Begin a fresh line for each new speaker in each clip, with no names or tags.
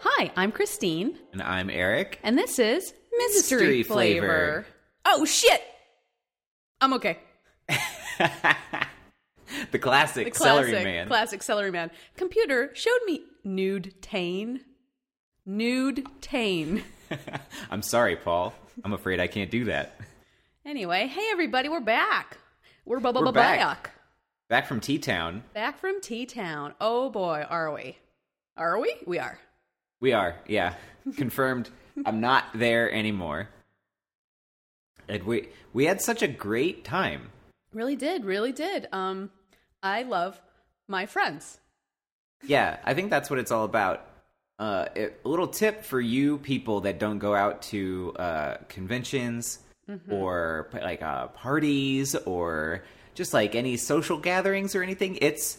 Hi, I'm Christine,
And I'm Eric.
and this is Mystery,
Mystery
flavor.
Flavor.
Oh, shit! I'm okay.
The classic,
The classic,
Celery Man.
Classic Celery Man. Computer showed me nude tane. Nude tane.
I'm sorry, Paul. I'm afraid I can't do that.
Anyway, hey everybody, we're back. We're bu- bu-
We're
bu-
back.
back.
Back from T Town,
Back from T Town. Oh boy, are we? Are we? We are.
we are, yeah, confirmed. I'm not there anymore. And we we had such a great time.
Really did, really did. Um, I love my friends.
Yeah, I think that's what it's all about. Uh, a little tip for you people that don't go out to uh, conventions
Mm-hmm.
or like uh, parties or just like any social gatherings or anything. It's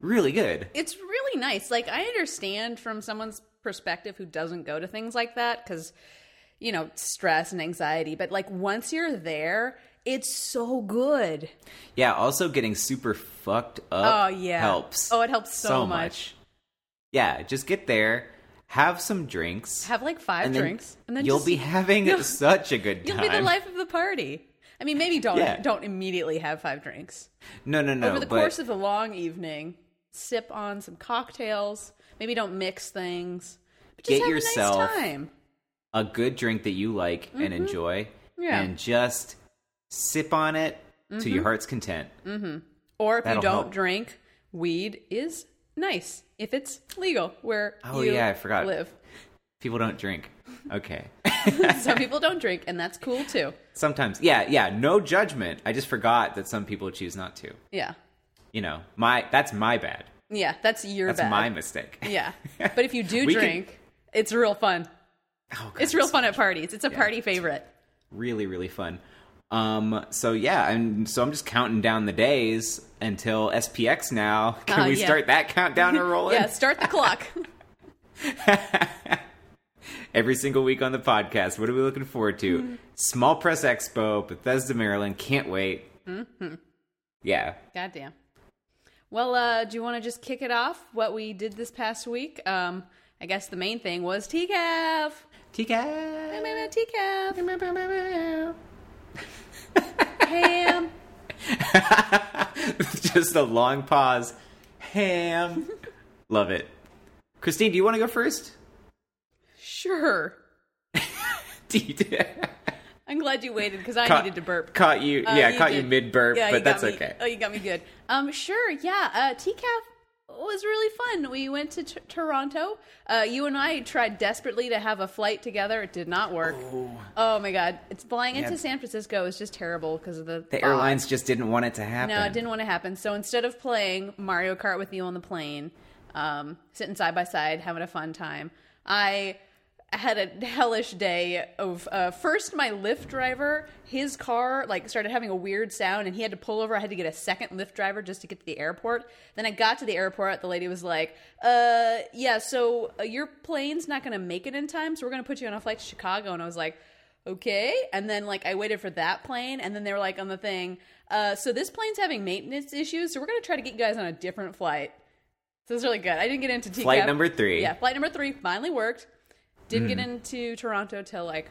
really good.
It's really nice. Like I understand from someone's perspective who doesn't go to things like that because you know stress and anxiety. But like once you're there, it's so good.
Yeah, also getting super fucked
Oh
up
yeah,
helps.
Oh, it helps so, much.
Yeah, just get there, have some drinks,
Have like five
and then
drinks, and then
you'll
just-
be having
you'll-
such a good
you'll
time.
be the life of the party. I mean, maybe don't
Yeah.
don't immediately have five drinks
No, no, no.
over the
but
course of the long evening. Sip on some cocktails. Maybe don't mix things. But just
Get
have a
yourself-
nice time.
a good drink that you like and enjoy,
Mm-hmm. Yeah. Mm-hmm.
and just sip on it to your heart's content.
Mm. Or if you
That'll
don't
help.
drink, weed is nice if it's legal where
Oh,
you
yeah, I forgot.
live.
People don't drink. Okay.
some people don't drink, and that's cool too.
Sometimes, yeah, yeah. No judgment. I just forgot that some people choose not to.
Yeah,
You know, my that's my bad.
yeah, that's your
That's
bad.
my mistake.
yeah, but if you do
We can-
drink, it's real fun.
Oh, God,
It's real fun at parties. It's a party favorite.
really really fun um so yeah and so i'm just counting down the days until spx now can
Oh,
we
yeah.
start that countdown and rolling
Yeah, start the clock.
every single week on the podcast what are we looking forward to small press expo bethesda maryland can't wait
Mm-hmm.
yeah
Goddamn. Well, uh, do you want to just kick it off? What we did this past week? Um, I guess the main thing was TCAF.
TK.
TCAF. Ham.
just a long pause ham love it christine do you want to go first
Sure.
caught,
I'm glad you waited because I needed to burp.
caught you
Uh,
yeah caught you
did.
mid burp
Yeah,
but
you got
that's
me-
okay
Oh, you got me good. Um, sure, yeah. Uh, TCAF was really fun. We went to t- Toronto. Uh, you and I tried desperately to have a flight together. It did not work. Oh, my god, it's flying
Yeah.
into San Francisco is just terrible because of the
The
fog.
airlines just didn't want it to happen.
No, it didn't want to happen. So instead of playing Mario Kart with you on the plane, um, sitting side by side, having a fun time, I had a hellish day of uh, first my Lyft driver, his car like started having a weird sound, and he had to pull over. I had to get a second Lyft driver just to get to the airport. Then I got to the airport. The lady was like, "Uh, yeah, so uh, your plane's not going to make it in time, so we're going to put you on a flight to Chicago." And I was like okay and then like i waited for that plane and then they were like on the thing uh, so this plane's having maintenance issues so we're going to try to get you guys on a different flight so it's really good i didn't get into TCAP.
Flight number three. Hmm.
yeah flight number three finally worked didn't get into toronto till like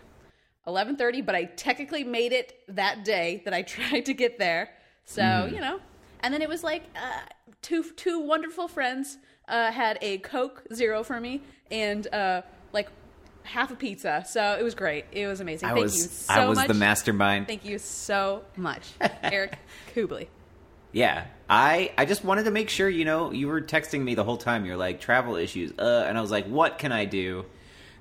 11.30 but i technically made it that day that i tried to get there so
Hmm.
you know and then it was like uh, two two wonderful friends uh, had a coke zero for me and uh, like half a pizza so it was great it was amazing
I
thank
was
you so
I was
much
the mastermind.
thank you so much eric kubley
yeah. I I just wanted to make sure, you know, you were texting me the whole time. You're like travel issues. Uh and I was like, "What can I do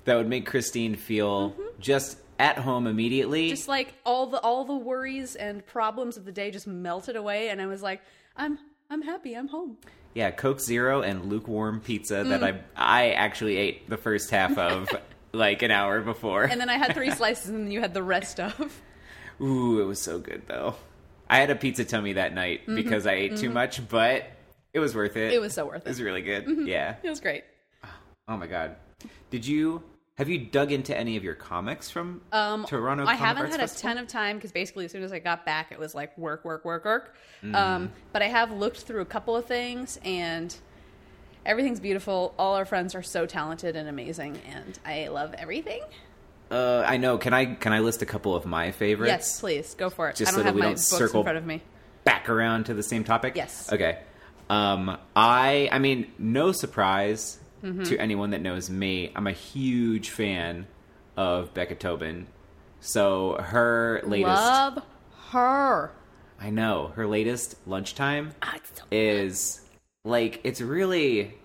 that would make Christine feel just at home immediately?"
Mm-hmm. just like all the all the worries and problems of the day just melted away and i was like i'm i'm happy i'm home
yeah, Coke Zero and lukewarm pizza
Mm.
that I I actually ate the first half of like an hour before.
and then i had three slices and then you had the rest of
Ooh, it was so good though. I had a pizza tummy that night because I ate too much, but it was worth it.
Mm-hmm. It was so worth
It
it.
was
Mm-hmm.
really good. Yeah.
It was great.
Oh my god. Did you have you dug into any of your comics from
Um,
Toronto?
I
Comic
haven't
Arts
had
Festival?
a ton of time because basically as soon as I got back, it was like
Mm.
work, work, work, work. Um, but I have looked through a couple of things, and Everything's beautiful. All our friends are so talented and amazing, and I love everything.
Uh, I know. Can I can I list a couple of my favorites?
Yes, please go for it. I
Just so
don't
that
have
we
my
don't
books
circle-
in front of me.
back around to the same topic?
Yes.
Okay. Um, I I mean, no surprise
Mm-hmm.
to anyone that knows me. I'm a huge fan of Becca Tobin. So her latest,
Love her.
I know her latest lunchtime
Ah, it's so-
is like it's really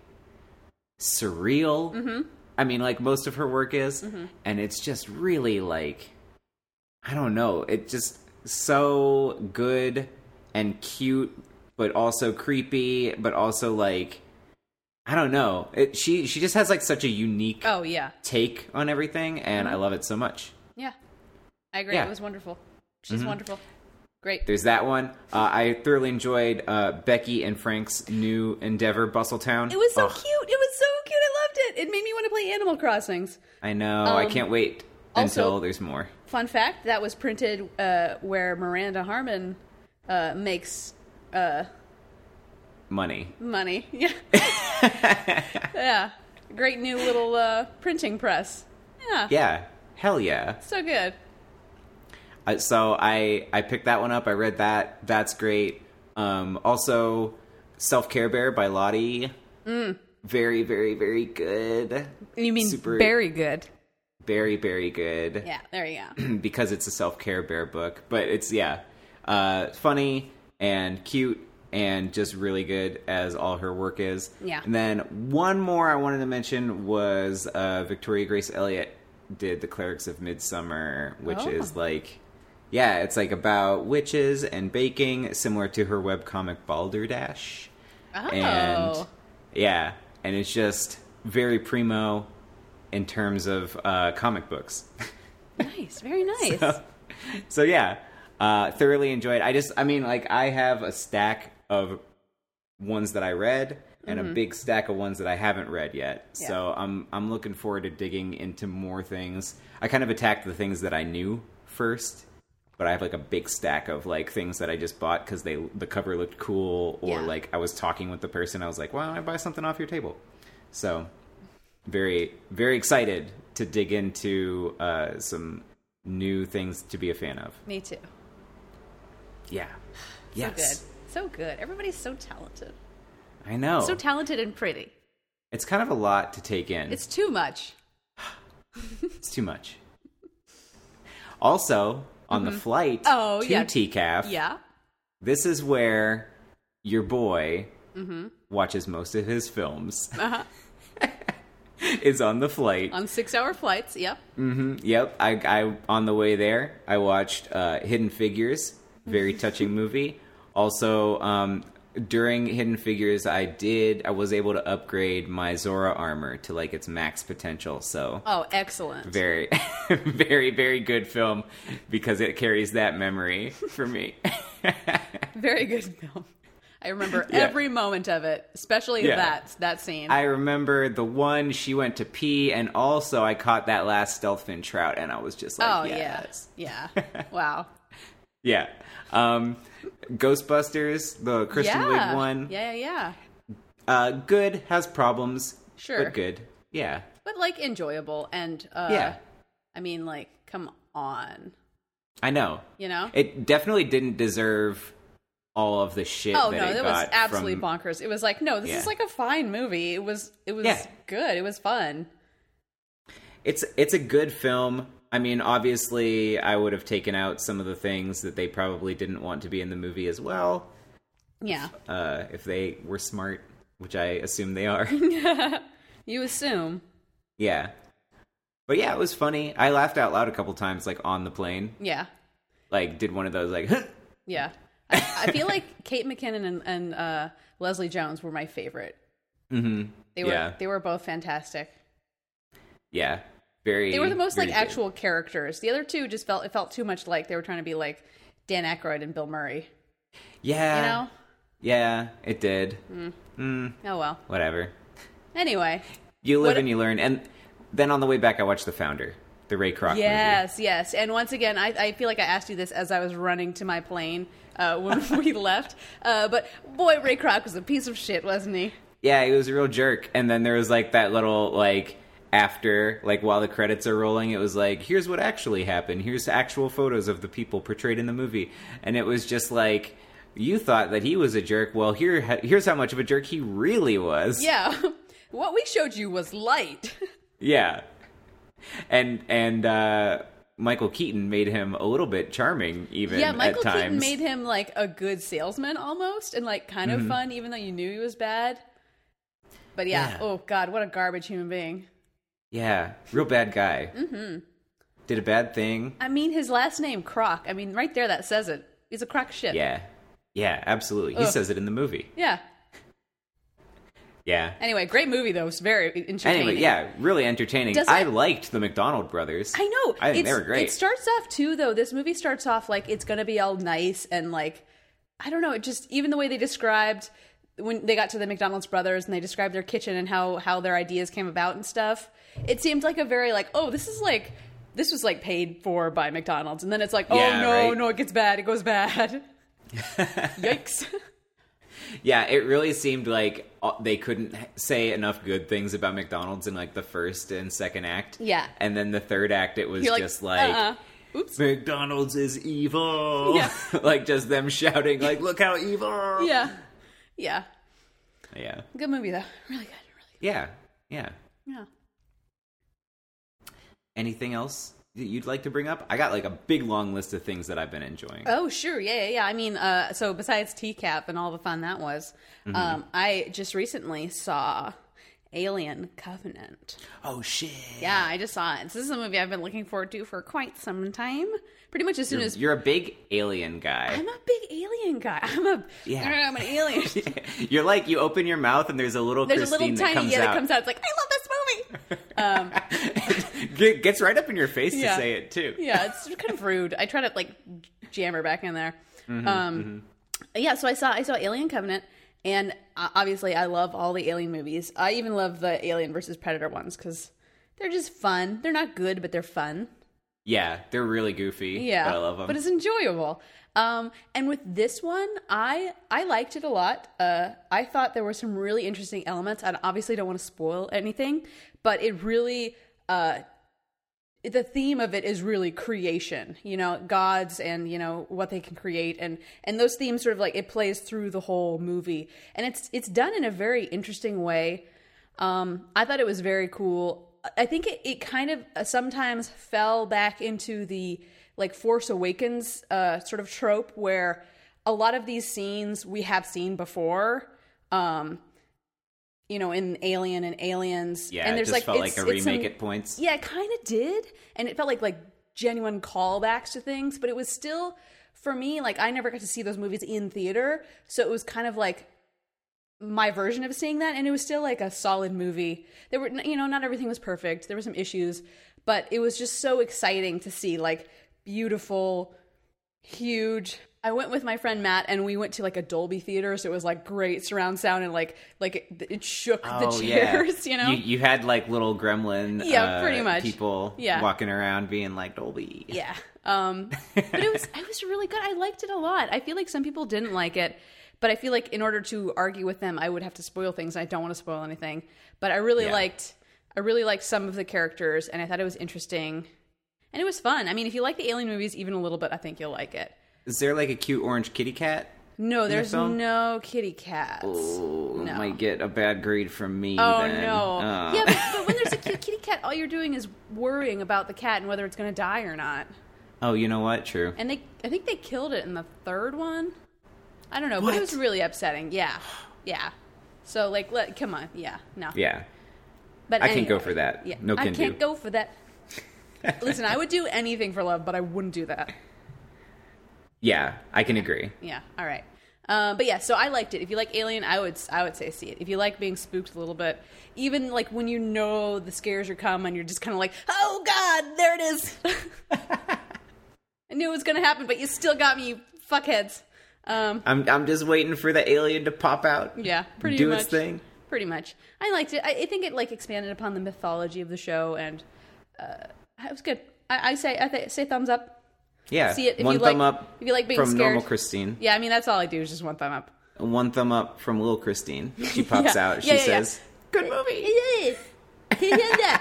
surreal.
Mm-hmm.
I mean, like most of her work is, and it's just really like I don't know. It's just so good and cute, but also creepy, but also like I don't know. It, she she just has like such a unique
Oh yeah,
take on everything, and
Mm-hmm.
I love it so much.
yeah. I agree.
Yeah. Mm-hmm.
It was wonderful. She's wonderful. Great.
There's that one. Uh, I thoroughly enjoyed uh, Becky and Frank's new endeavor, Bustletown.
It was so
Ugh.
cute. It was so cute. I loved it. It made me want to play Animal Crossings.
I know. I can't wait
also-
until there's more.
Fun fact: that was printed uh, where Miranda Harmon uh, makes
Money.
money. Yeah, yeah. Great new little uh, printing press. Yeah,
Yeah. Hell yeah.
so good.
Uh, so I I picked that one up. I read that. That's great. Um, also, Self Care Bear by Lottie. Very very very good.
You mean
Super-
very good?
Very very good.
Yeah, there you go.
because it's a self care bear book. But it's yeah, uh, funny and cute and just really good as all her work is.
Yeah.
And then one more I wanted to mention was uh, Victoria Grace Elliott did The Clerics of Midsummer, which
Oh.
is like. Yeah, it's like about witches and baking, similar to her webcomic Balderdash.
Oh.
And yeah, and it's just very primo in terms of uh, comic books.
nice, very nice.
so yeah, uh, thoroughly enjoyed. I just, I mean, like I have a stack of ones that I read and a big stack of ones that I haven't read yet.
Mm-hmm. Yeah.
So I'm, I'm looking forward to digging into more things. I kind of attacked the things that I knew first, but I have like a big stack of like things that I just bought because they the cover looked cool
Yeah.
or like I was talking with the person. I was like, why don't I buy something off your table? So very very excited to dig into uh, some new things to be a fan of.
me too.
Yeah.
So good.
Yes.
So good. Everybody's so talented.
I know.
So talented and pretty.
it's kind of a lot to take in.
It's too much.
It's too much. Also, on the flight
Oh,
to
yeah.
TCAF,
Yeah.
this is where your boy
Mm-hmm.
watches most of his films.
Uh-huh.
is on the flight.
On six hour flights. Yep.
Yep, I, I on the way there, I watched uh, Hidden Figures, very touching movie. Also, um, during Hidden Figures, I did I was able to upgrade my Zora armor to like its max potential. So
Oh, excellent.
very, very, very good film because it carries that memory for me.
Very good film. I remember
Yeah.
every moment of it, especially
Yeah.
that that scene.
I remember the one she went to pee, and also I caught that last stealthfin trout, and I was just like,
oh
yes.
yeah, yeah. Wow.
Yeah. Um, Ghostbusters, the Kristen
yeah.
Wiig one.
Yeah, yeah, yeah.
Uh, good has problems.
Sure.
But good. Yeah.
But like enjoyable and uh,
yeah.
I mean, like, come on,
I know.
you know.
It definitely didn't deserve all of the shit.
Oh
that
no,
it
that was
got
absolutely
from-
bonkers. It was like, no, this is
Yeah.
like a fine movie. It was, it was
Yeah.
good. It was fun.
It's it's a good film. I mean, obviously, I would have taken out some of the things that they probably didn't want to be in the movie as well,
Yeah,
uh, if they were smart, which I assume they are.
you assume.
yeah. But yeah, it was funny. I laughed out loud a couple times, like on the plane.
Yeah,
like did one of those like
yeah. I, I feel like Kate McKinnon and, and uh, Leslie Jones were my favorite.
Mhm.
They were,
Yeah.
they were both fantastic.
yeah very
They were the most
very
like
good.
actual characters. The other two just felt it felt too much like they were trying to be like Dan Aykroyd and Bill Murray.
yeah
You know?
yeah it did
Oh well.
whatever
Anyway.
you live
What-
and you learn and then on the way back I watched the founder the Ray Kroc movie
Yes, yes. And once again, I, I feel like I asked you this as I was running to my plane uh, when we left. Uh, but boy, Ray Kroc was a piece of shit, wasn't he?
yeah, he was a real jerk. And then there was like that little like after like while the credits are rolling, it was like here's what actually happened. Here's actual photos of the people portrayed in the movie, and it was just like you thought that he was a jerk. Well, here here's how much of a jerk he really was.
Yeah. What we showed you was light.
Yeah. And and uh Michael Keaton made him a little bit charming even
yeah,
at
Michael
times.
Keaton made him like a good salesman almost and like kind of
Mm-hmm.
fun, even though you knew he was bad. But yeah,
Yeah.
oh God, what a garbage human being.
yeah, real bad guy. Mm-hmm. Did a bad thing.
I mean, his last name, Croc. I mean, right there, that says it. He's a crock shit.
Yeah. Yeah, absolutely. He
Ugh.
says it in the movie.
Yeah.
Yeah.
Anyway, great movie though. It's very entertaining.
Anyway, yeah, really entertaining.
Doesn't
I
it-
liked the McDonald brothers.
I know.
I think
It's-
they were great.
It starts off too though. This movie starts off like it's gonna be all nice and like I don't know, it just even the way they described when they got to the McDonald's brothers and they described their kitchen and how how their ideas came about and stuff. It seemed like a very like, oh, this is like this was like paid for by McDonald's and then it's like, oh
Yeah,
no,
right.
no, it gets bad, it goes bad. Yikes.
yeah, it really seemed like uh, they couldn't h- say enough good things about McDonald's in like the first and second act.
Yeah.
And then the third act it was
You're like,
just like
uh Oops.
McDonald's is evil.
Yeah.
like just them shouting like look how evil.
Yeah. Yeah.
Yeah.
Good movie though. Really good.
Yeah. Yeah.
Really good. Yeah.
Anything else that you'd like to bring up? I got like a big long list of things that I've been enjoying.
Oh, sure. Yeah, yeah, yeah. I mean, uh, so besides TCAP and all the fun that was,
Mm-hmm.
um, I just recently saw Alien Covenant.
oh shit.
Yeah, I just saw it. This is a movie I've been looking forward to for quite some time. Pretty much as soon
You're,
as
you're a big alien guy.
I'm a big alien guy. I'm a
Yeah.
I'm an alien.
You're like you open your mouth and there's a little
There's a
Christine
little tiny
that comes
yeah
out.
that comes out. It's like I love this movie. Um,
Get- gets right up in your face
Yeah.
to say it too.
yeah, it's kind of rude. I try to like jam her back in there. um, Yeah, so I saw I saw Alien Covenant, and uh, obviously I love all the Alien movies. I even love the Alien versus Predator ones because they're just fun. They're not good, but they're fun.
Yeah, they're really goofy.
Yeah,
but I love them.
But it's enjoyable. Um, and with this one, I I liked it a lot. Uh, I thought there were some really interesting elements. I obviously don't want to spoil anything, but it really uh, the theme of it is really creation. You know, gods and you know what they can create, and and those themes sort of like it plays through the whole movie, and it's it's done in a very interesting way. Um, I thought it was very cool. I think it, it kind of uh, sometimes fell back into the like Force Awakens uh, sort of trope where a lot of these scenes we have seen before. Um, you know, in Alien and Aliens,
yeah,
and
it
there's like
just felt
it's-
like a
it's
remake
some-
at points.
yeah, it kind of did, and it felt like like genuine callbacks to things, but it was still for me like I never got to see those movies in theater, so it was kind of like my version of seeing that, and it was still like a solid movie. There were you know not everything was perfect, there were some issues, but it was just so exciting to see like beautiful, huge. I went with my friend Matt, and we went to like a Dolby theater, so it was like great surround sound, and like like it, it shook
Oh,
the
yeah.
chairs, you know.
you, had like little gremlin,
Yeah,
uh,
pretty much.
people
Yeah.
walking around being like Dolby.
Yeah. Um, but it was it was really good. I liked it a lot. I feel like some people didn't like it, but I feel like in order to argue with them, I would have to spoil things. I don't want to spoil anything, but I really
Yeah.
liked I really liked some of the characters, and I thought it was interesting, and it was fun. I mean, if you like the Alien movies even a little bit, I think you'll like it.
Is there like a cute orange kitty cat?
No, there's
film?
no kitty cats.
Ooh,
No.
Might get a bad grade from me.
Oh
then.
no!
Uh,
Yeah, but, but when there's a cute kitty cat, all you're doing is worrying about the cat and whether it's going to die or not.
oh, you know what? True.
And they, I think they killed it in the third one. I don't know, but it
What?
was really upsetting. Yeah, yeah. So like, let, come on, yeah, no.
yeah.
but
I can't go for that. No
I
can
can't
do.
go for that. Listen, I would do anything for love, but I wouldn't do that.
Yeah, I can agree.
Yeah, all right. Uh, but yeah, so I liked it. If you like Alien, I would I would say see it. If you like being spooked a little bit, even like when you know the scares are coming, you're just kind of like, oh god, there it is. I knew it was gonna happen, but you still got me, you fuckheads. Um,
I'm I'm just waiting for the alien to pop out.
Yeah, pretty
do
much.
its thing.
Pretty much. I liked it. I, I think it like expanded upon the mythology of the show, and uh, it was good. I, I say I th- say thumbs up.
Yeah.
See it if
One
you
thumb
like,
up
If you like being
from
scared.
normal Christine.
Yeah, I mean that's all I do is just one thumb up.
One thumb up from little Christine. She pops
Yeah.
out. She
Yeah, yeah, yeah.
says, "Good movie."
Yeah.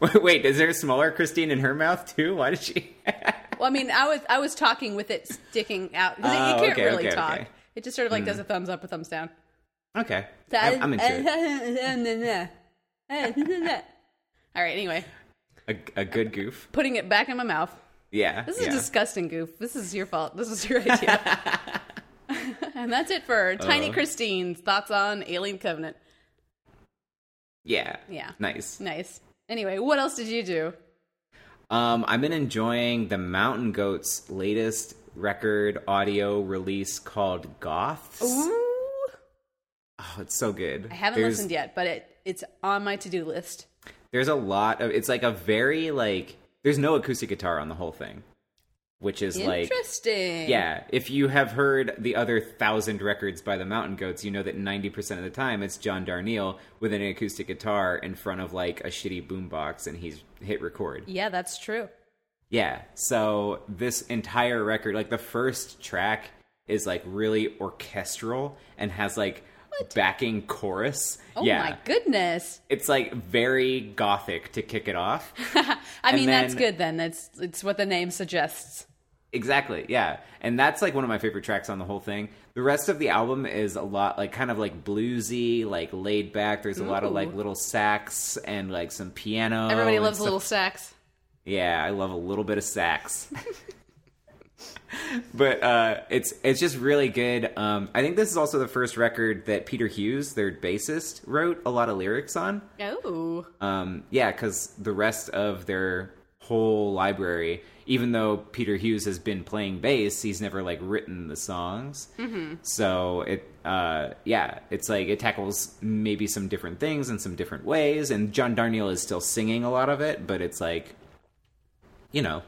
Wait, Wait, is there a smaller Christine in her mouth too? Why did she?
well, I mean, I was I was talking with it sticking out because
Oh,
you can't
okay,
really
okay,
talk.
okay.
It just sort of like does a thumbs up or thumbs down.
okay, I'm, I'm into it.
All right. Anyway,
A, a good goof.
putting it back in my mouth.
Yeah.
This is
yeah.
a disgusting goof. This is your fault. This was your idea. and that's it for Tiny
Uh.
Christine's thoughts on Alien Covenant.
yeah.
Yeah.
Nice.
Nice. Anyway, what else did you do?
Um, I've been enjoying the Mountain Goats' latest record audio release called Goths.
Ooh.
Oh, it's so good.
I haven't
There's-
listened yet, but it it's on my to do list.
there's a lot of it's like a very like there's no acoustic guitar on the whole thing which is like
Interesting.
yeah if you have heard the other thousand records by the mountain goats you know that 90% of the time it's john darnielle with an acoustic guitar in front of like a shitty boombox and he's hit record
Yeah, that's true.
yeah. So this entire record, like the first track, is like really orchestral and has like backing chorus.
Oh
yeah.
my goodness.
It's like very gothic to kick it off.
I mean, that's
then-
good then. That's it's what the name suggests.
exactly. Yeah. And that's like one of my favorite tracks on the whole thing. The rest of the album is a lot like kind of like bluesy, like laid back. There's a lot of
Ooh.
like little sax and like some piano.
Everybody
and
loves
stuff
little sax.
Yeah, I love a little bit of sax. but uh, it's it's just really good. Um, I think this is also the first record that Peter Hughes, their bassist, wrote a lot of lyrics on.
Oh.
Um, yeah, because the rest of their whole library, even though Peter Hughes has been playing bass, he's never like written the songs. Mm-hmm. So it, uh, yeah, it's like it tackles maybe some different things in some different ways. And John Darnielle is still singing a lot of it, but it's like, you know,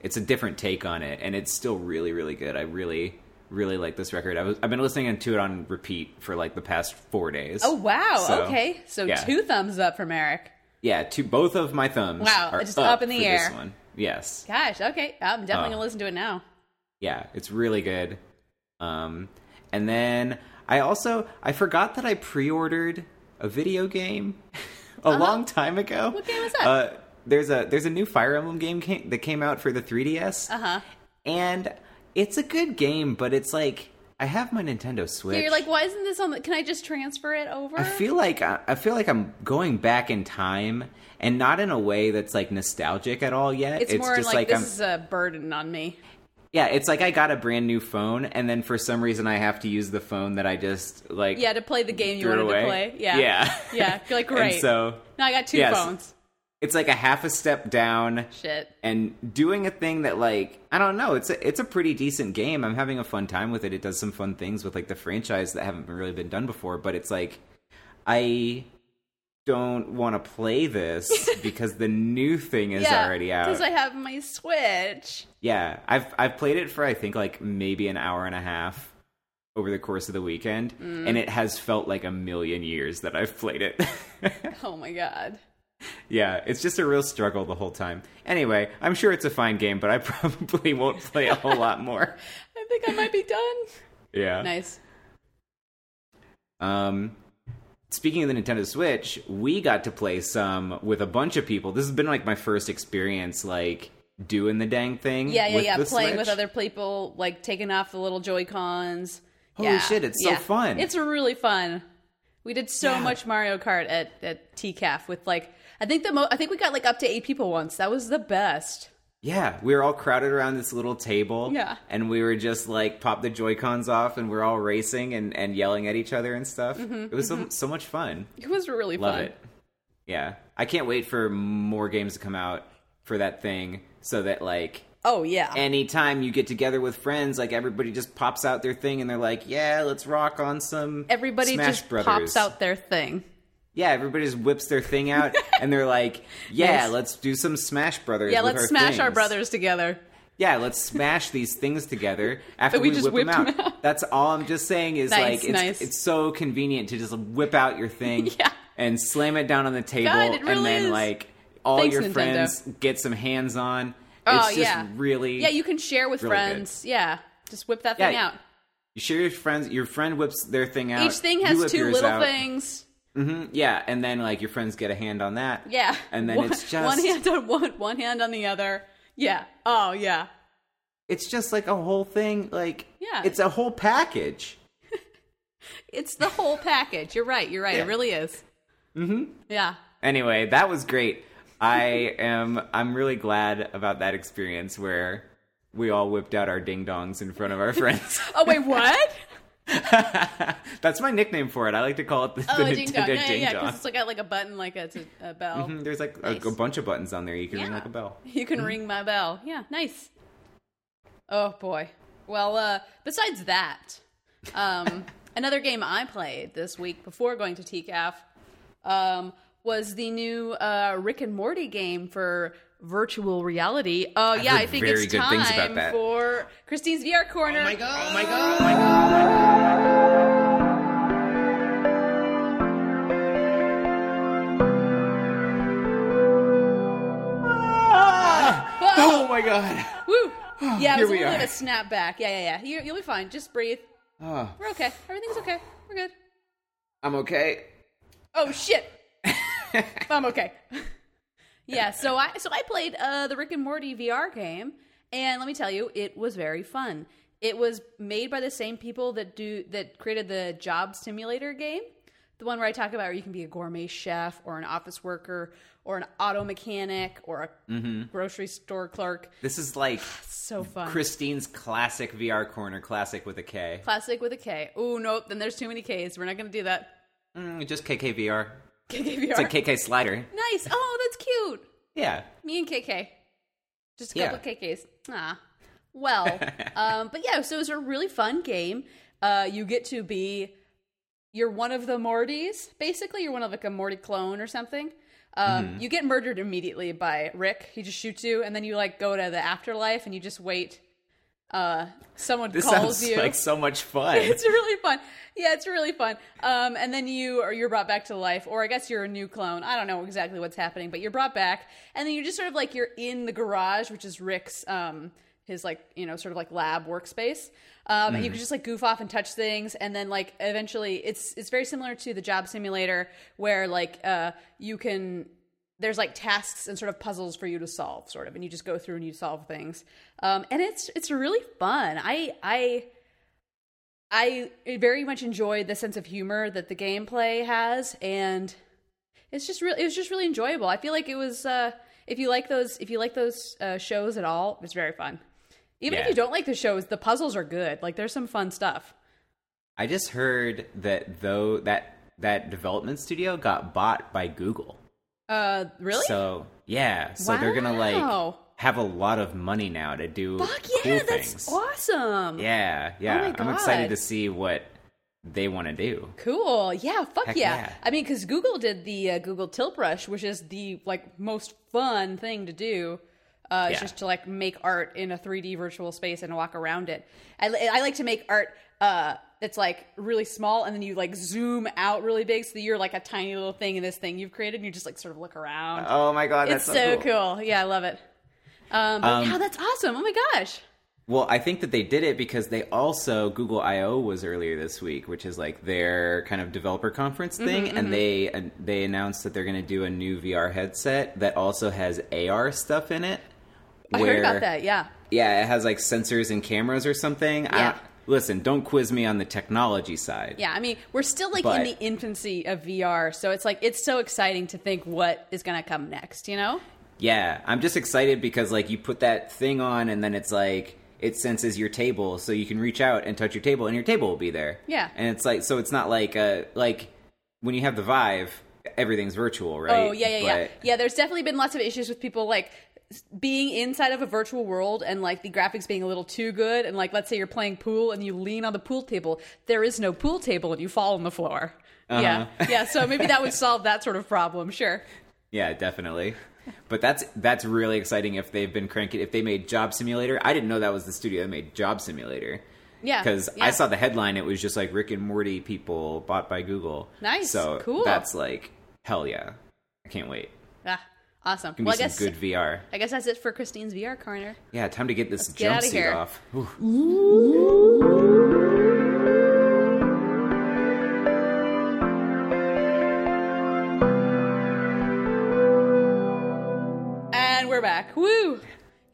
it's a different take on it, and it's still really, really good. I really. Really like this record. I was, I've been listening to it on repeat for like the past four days.
Oh wow.
So,
okay. So
yeah.
two thumbs up from Eric.
Yeah, two both of my thumbs.
Wow,
are
just up in the
for this
air.
one. Yes.
Gosh. Okay. I'm definitely
Oh.
gonna listen to it now.
Yeah, it's really good. Um, and then I also I forgot that I pre-ordered a video game a long time ago.
Uh-huh. What game was that?
Uh, there's a there's a new Fire Emblem game ca- that came out for the 3DS. Uh
Uh-huh.
And it's a good game, but it's like I have my Nintendo Switch.
So you're like, why isn't this on? The, can I just transfer it over?
I feel like uh, I I feel like I'm going back in time, and not in a way that's like nostalgic at all yet.
it's, more like, this
I'm,
is a burden on me.
yeah, it's like I got a brand new phone, and then for some reason I have to use the phone that I just like
Yeah, to play the game you
threw
wanted
away.
to play. Yeah.
yeah,
Yeah, you're like,
And
great.
so
Now I got two
Yes.
phones.
it's like a half a step down,
Shit.
and doing a thing that like I don't know. It's a it's a pretty decent game. I'm having a fun time with it. It does some fun things with like the franchise that haven't really been done before. But it's like I don't want to play this because the new thing is
yeah,
already out.
Because I have my Switch.
Yeah, I've I've played it for I think like maybe an hour and a half over the course of the weekend,
Mm.
and it has felt like a million years that I've played it.
Oh my god.
yeah, it's just a real struggle the whole time. Anyway, I'm sure it's a fine game, but I probably won't play a whole lot more.
I think I might be done.
Yeah.
Nice.
Um, speaking of the Nintendo Switch, we got to play some with a bunch of people. This has been like my first experience, like doing the dang thing.
Yeah, yeah,
with
yeah.
the
Playing with
Switch.
other people, like taking off the little Joy Cons.
Holy shit, it's so fun.
It's really fun. We did so much Mario Kart at at TCAF with like I think the mo- I think we got like up to eight people once. That was the best.
Yeah, we were all crowded around this little table.
Yeah.
And we were just like pop the Joy Cons off and we're all racing and, and yelling at each other and stuff. it was so, so much fun.
It was really
Love
Mm-hmm, fun.
it. Yeah. I can't wait for more games to come out for that thing so that like
Oh yeah.
anytime you get together with friends, like everybody just pops out their thing and they're like, Yeah, let's rock on some
Everybody
Smash
just
Brothers.
pops out their thing.
Yeah, everybody just whips their thing out and they're like, Yeah,
Nice.
let's do some Smash Brothers.
Yeah,
with
let's
our
smash our
things."
brothers together.
yeah, let's smash these things together after
But we
we,
just
whip them out.
whipped 'em out.
That's all I'm just saying is
Nice,
like it's,
nice.
it's so convenient to just whip out your thing
Yeah.
and slam it down on the table
God, it really
and then
is.
like all
Thanks,
your
Nintendo.
friends get some hands on.
Oh,
it's just
yeah.
really
Yeah, you can share with
Really good.
friends. Yeah, just whip that thing
Yeah.
out.
You share your friends. Your friend whips their thing out.
Each thing
you
has
whip
two
yours
little
out.
things.
Mhm, yeah, and then like your friends get a hand on that.
Yeah.
And then
one,
it's just
one hand on one, one hand on the other. Yeah. Oh yeah.
it's just like a whole thing. Like
Yeah.
it's a whole package.
It's the whole package. You're right. You're right.
Yeah.
It really is. Mm-hmm. Yeah.
Anyway, that was great. I am I'm really glad about that experience where we all whipped out our ding dongs in front of our friends.
Oh wait, what?
That's my nickname for it. I like to call it the,
oh,
the
a ding dong.
Nintendo
Yeah, yeah,
ding
yeah.
dong.
Because it's like got like a button, like a, it's a, a bell.
Mhm, There's like a-
Nice.
a, bunch of buttons on there. You can ring
Yeah.
like a bell.
You can ring my bell. Yeah, nice. Oh boy. Well, uh, besides that, um, another game I played this week before going to TCAF um, was the new uh, Rick and Morty game for virtual reality. Oh yeah,
heard
I think
very
it's
good
time
things about that.
for Christine's VR corner.
god! Oh my god! Oh my god! Ah!
Whoa.
Oh my god!
Woo! Yeah, it
Here
was a
we
little
are.
bit of a snap back. Yeah, yeah, yeah. You, you'll be fine. Just breathe.
Oh,
We're okay. Everything's okay. We're good.
I'm okay.
Oh shit. I'm okay. yeah, so I so I played uh, the Rick and Morty VR game, and let me tell you, it was very fun. It was made by the same people that do that created the Job Simulator game, the one where I talk about where you can be a gourmet chef or an office worker or an auto mechanic or a
Mm-hmm.
grocery store clerk.
This is like
So
Mm-hmm.
fun.
Christine's classic VR corner, classic with a K.
Classic with a K. Oh nope, then there's too many Ks. We're not gonna do that.
Mm, just KKVR.
KKVR.
It's a KK slider.
nice. Oh, that's cute.
Yeah.
Me and KK. Just a couple
Yeah.
of KKs. Ah. Well, um, but yeah, so it was a really fun game. Uh, you get to be, you're one of the Mortys, basically. You're one of like a Morty clone or something. Um,
Mm-hmm.
You get murdered immediately by Rick. He just shoots you, and then you like go to the afterlife and you just wait. Uh, someone
This
calls
sounds
you.
like so much fun.
It's really fun. Yeah, it's really fun. Um, and then you or you're brought back to life, or I guess you're a new clone. I don't know exactly what's happening, but you're brought back, and then you're just sort of like you're in the garage, which is Rick's um his like you know sort of like lab workspace. Um, and you can just like goof off and touch things, and then like eventually it's it's very similar to the job simulator where like uh you can there's like tasks and sort of puzzles for you to solve sort of and you just go through and you solve things um, and it's it's really fun i i I very much enjoyed the sense of humor that the gameplay has, and it's just really it was just really enjoyable. I feel like it was uh, if you like those if you like those uh, shows at all, it's very fun. Even
Yeah.
if you don't like the shows, the puzzles are good. Like there's some fun stuff.
I just heard that though that that development studio got bought by Google.
Uh, really?
So yeah, so they're gonna like
Wow.
have a lot of money now to do
Fuck
cool
yeah, that's
things.
awesome.
Yeah, yeah.
my
I'm excited
God.
to see what they want to do.
Cool. Yeah. Fuck
Heck
yeah.
yeah.
I mean, because Google did the uh, Google Tilt Brush, which is the like most fun thing to do. Uh, It's
Yeah.
just to like make art in a 3D virtual space and walk around it. I, li- I like to make art uh, that's like really small, and then you like zoom out really big, so that you're like a tiny little thing in this thing you've created, and you just like sort of look around.
Oh my god,
it's so,
that's
cool. Yeah, I love it. Um, but yeah, that's awesome. Oh my gosh.
Well, I think that they did it because they also Google I/O was earlier this week, which is like their kind of developer conference
Mm-hmm,
thing, and they and they announced that they're going to do a new VR headset that also has AR stuff in it.
I heard about that. Yeah.
Yeah, it has like sensors and cameras or something. I
Yeah.
don't- listen, don't quiz me on the technology side.
Yeah, I mean, we're still like in
But-
the infancy of VR, so it's like it's so exciting to think what is going to come next, you know?
Yeah, I'm just excited because like you put that thing on and then it's like it senses your table so you can reach out and touch your table and your table will be there.
Yeah.
And it's like so it's not like uh like when you have the Vive everything's virtual, right?
Oh, yeah, yeah, yeah.
But-
Yeah, there's definitely been lots of issues with people like s- being inside of a virtual world and like the graphics being a little too good and like let's say you're playing pool and you lean on the pool table, there is no pool table and you fall on the floor.
Uh-huh.
Yeah. Yeah, so maybe that would solve that sort of problem, sure.
Yeah, definitely. But that's that's really exciting if they've been cranking if they made Job Simulator. I didn't know that was the studio that made Job Simulator.
Yeah,
Because
Uh, yeah.
I saw the headline, it was just like Rick and Morty people bought by Google.
Nice,
So
cool.
that's like hell yeah. I can't wait.
Ah, awesome.
Give me
Well, I
some
guess
good VR.
I guess that's it for Christine's VR corner.
Yeah, time to get this
get outta
jumpsuit
here.
off. Ooh.
We're back. Woo!
Oh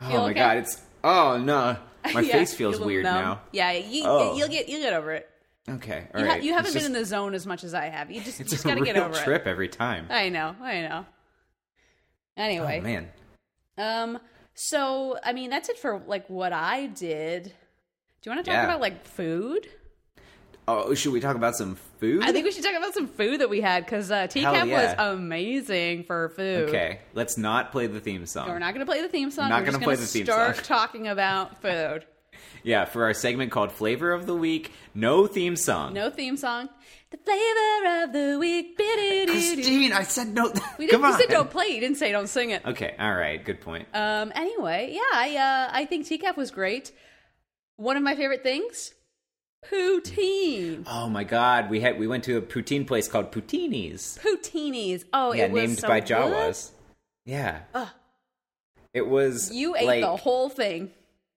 Feel
my
okay?
god, it's oh no,
Yeah,
my face
you're a
feels
little
weird
numb.
now.
Yeah, you,
Oh.
you'll get you'll get over it.
Okay, all
You,
right.
ha- you haven't
It's
been in
just-
the zone as much as I have. You just, you
It's
just
a
gotta
real
get over
trip every time.
it. I know, I know.
Oh
Anyway,
man,
um, so I mean that's it for like what I did. Do you want to talk
Yeah.
about like food?
oh should we talk about some food?
I think we should talk about some food that we had because uh, TCAP
yeah.
was amazing for food.
okay, let's not play the theme song.
So we're not going to play the theme song.
Not
we're just
gonna play
gonna
the theme
start
song.
talking about food.
Yeah, for our segment called Flavor of the Week, no theme song.
No theme song. The flavor of the week. Bi-di-di-di.
Christine, I said no.
We
Come
didn't,
on.
you said don't play. You didn't say don't sing it.
Okay, all right, good point.
Um. Anyway, yeah, I uh, I think TCAP was great. One of my favorite things, poutine.
Oh my god, we had we went to a poutine place called Poutinis.
Poutinis. Oh,
Yeah,
it was
named
so
by
good.
Jawas. Yeah. It was
You ate
like-
the whole thing.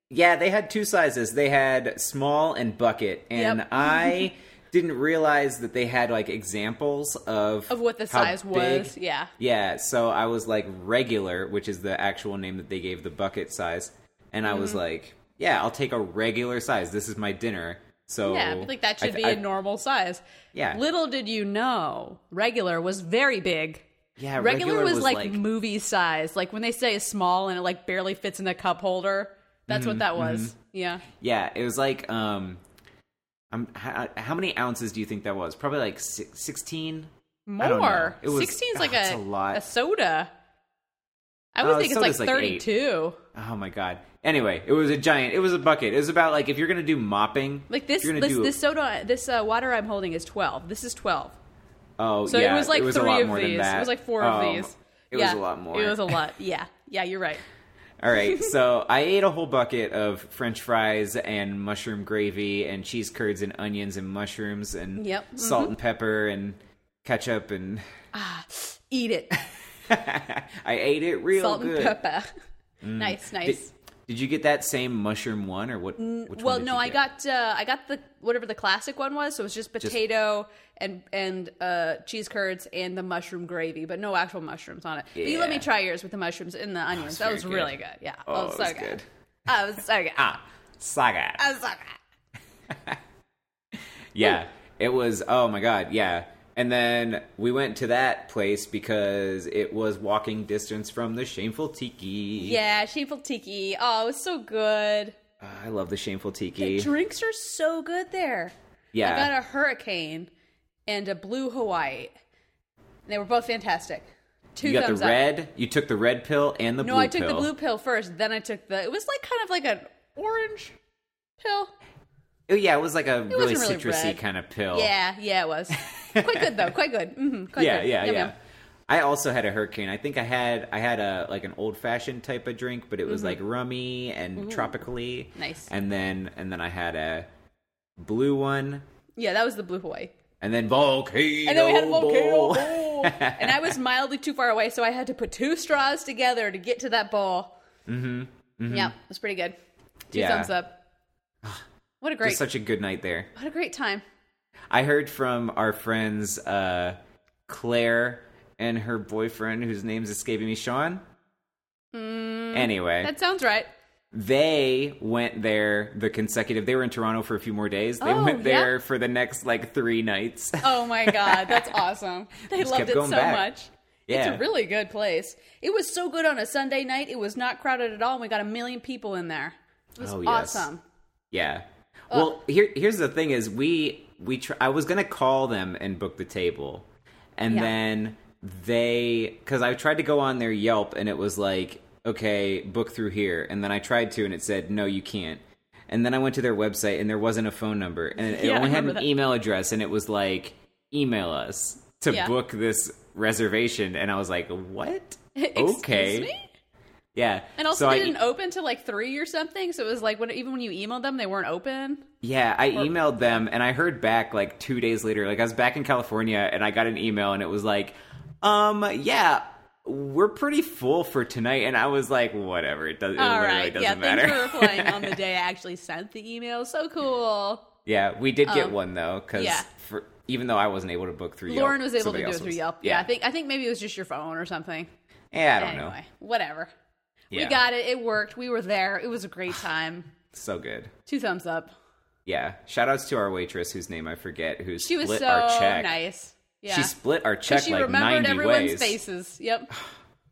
Yeah, they had two sizes. They had small and bucket, and
Yep.
I didn't realize that they had like examples of
Of what the
how
size
big-
was, yeah.
yeah. So I was like regular, which is the actual name that they gave the bucket size, and I
Mm-hmm.
was like, yeah, I'll take a regular size. This is my dinner. So
Yeah, I feel like that
Oh. I
should
th-
be
I-
a normal size.
Yeah.
Little did you know, regular was very big.
Yeah,
regular, was, like,
like
movie size. Like when they say small and it like barely fits in the cup holder. That's
Mm-hmm,
what that was. Yeah.
Yeah, it was like um, um how, how many ounces do you think that was? Probably like sixteen. I don't know.
More.
It was-
16 is
oh,
like
it's
a,
a lot.
soda. I would
Oh,
think it's like
soda's like eight.
32.
Oh my god. Anyway, it was a giant. It was a bucket. It was about like if you're gonna do mopping,
Like
if
this
You're
this
do-
this soda this uh, water I'm holding is 12. This is 12.
Oh,
So
yeah,
it was like
a
three
lot
of
more than
these.
that.
It was like four of
Um,
these.
It
yeah.
was a lot more.
It was a lot. Yeah. Yeah, you're right.
All right, so I ate a whole bucket of French fries and mushroom gravy and cheese curds and onions and mushrooms and
Yep, mm-hmm.
salt and pepper and ketchup and
Eat it.
I ate it real
Salt
good. Mm.
and pepper. nice, nice.
Did, did you get that same mushroom one or what? which
well
one did
no
you
i
get?
got uh, i got the whatever the classic one was so it was just potato and and uh, cheese curds and the mushroom gravy but no actual mushrooms on it but you let me
Yeah.
try yours with the mushrooms and the onions that
very
was
good.
really good yeah
Oh,
that
it was good.
i was so good i
ah saga.
was so good
Yeah. It was oh my god, yeah. And then we went to that place because it was walking distance from the Shameful Tiki.
yeah shameful tiki oh it was so good
Ah, I love the Shameful
the
Tiki.
drinks are so good there i
yeah.
got a hurricane and a blue hawaii and they were both fantastic two
you got the
thumbs up.
red. You took the red pill and the
No,
blue
I took
pill.
the blue pill first. Then I took the. It was like kind of like an orange pill.
Oh, yeah, it was like a really
wasn't really
citrusy
red.
kind of pill.
Yeah, yeah, it was quite good though. Quite good. Mm-hmm, quite
Yeah,
good.
yeah,
Yum,
yeah.
yum.
I also had a hurricane. I think I had I had a like an old fashioned type of drink, but it was like rummy and tropically.
Mm-hmm. Nice.
And then and then I had a blue one
Yeah, that was the blue Hawaii.
and then volcano.
And then we had volcano
bowl.
bowl. and I was mildly too far away, so I had to put two straws together to get to that bowl. Mm-hmm. Yeah, it was pretty good. Two
Yeah.
thumbs up. What a
It
great,
was such a good night there.
what a great time.
I heard from our friends uh, Claire and her boyfriend, whose name's escaping me, Sean. anyway,
Mm, That sounds right.
they went there the consecutive. They were in Toronto for a few more days. They
Oh,
went
yeah.
there for the next like three nights.
Oh my god, that's awesome. They
Just
loved
kept
it so
going back.
much. It's
yeah,
a really good place. It was so good on a Sunday night. It was not crowded at all, and we got a million people in there. It was
Oh, yes.
awesome.
yeah.
Uh,
Well, here here's the thing: is we we tr- I was gonna call them and book the table, and
Yeah.
then they because I tried to go on their Yelp and it was like okay book through here, and then I tried to and it said no you can't, and then I went to their website and there wasn't a phone number and it
Yeah, I
only had
remember
an
that.
email address and it was like email us to
Yeah.
book this reservation and I was like what
Excuse
okay
me?
yeah
And also,
So
they
I- e-
didn't open till like three or something. So it was like when even when you emailed them, they weren't open.
Yeah, I emailed them and I heard back like two days later. Like I was back in California and I got an email and it was like, um, yeah, we're pretty full for tonight. And I was like, whatever, it, does, it
All
literally
right,
doesn't
yeah.
matter.
Thanks for replying on the day I actually sent the email. So cool.
yeah, we did get one though, because
um, yeah.
even though I wasn't able to book through Yelp,
Lauren was able to
somebody
do it
else
through
was.
Yelp. Yeah. I think I think maybe it was just your phone or something.
Yeah, I don't
anyway,
know.
whatever.
Yeah.
We got it. It worked. We were there. It was a great time.
So good.
Two thumbs up.
Yeah. Shout outs to our waitress whose name I forget who
She was
split
so
our check.
nice. Yeah.
She split our
And
check
she
like
remembered
90
everyone's
ways.
faces. Yep.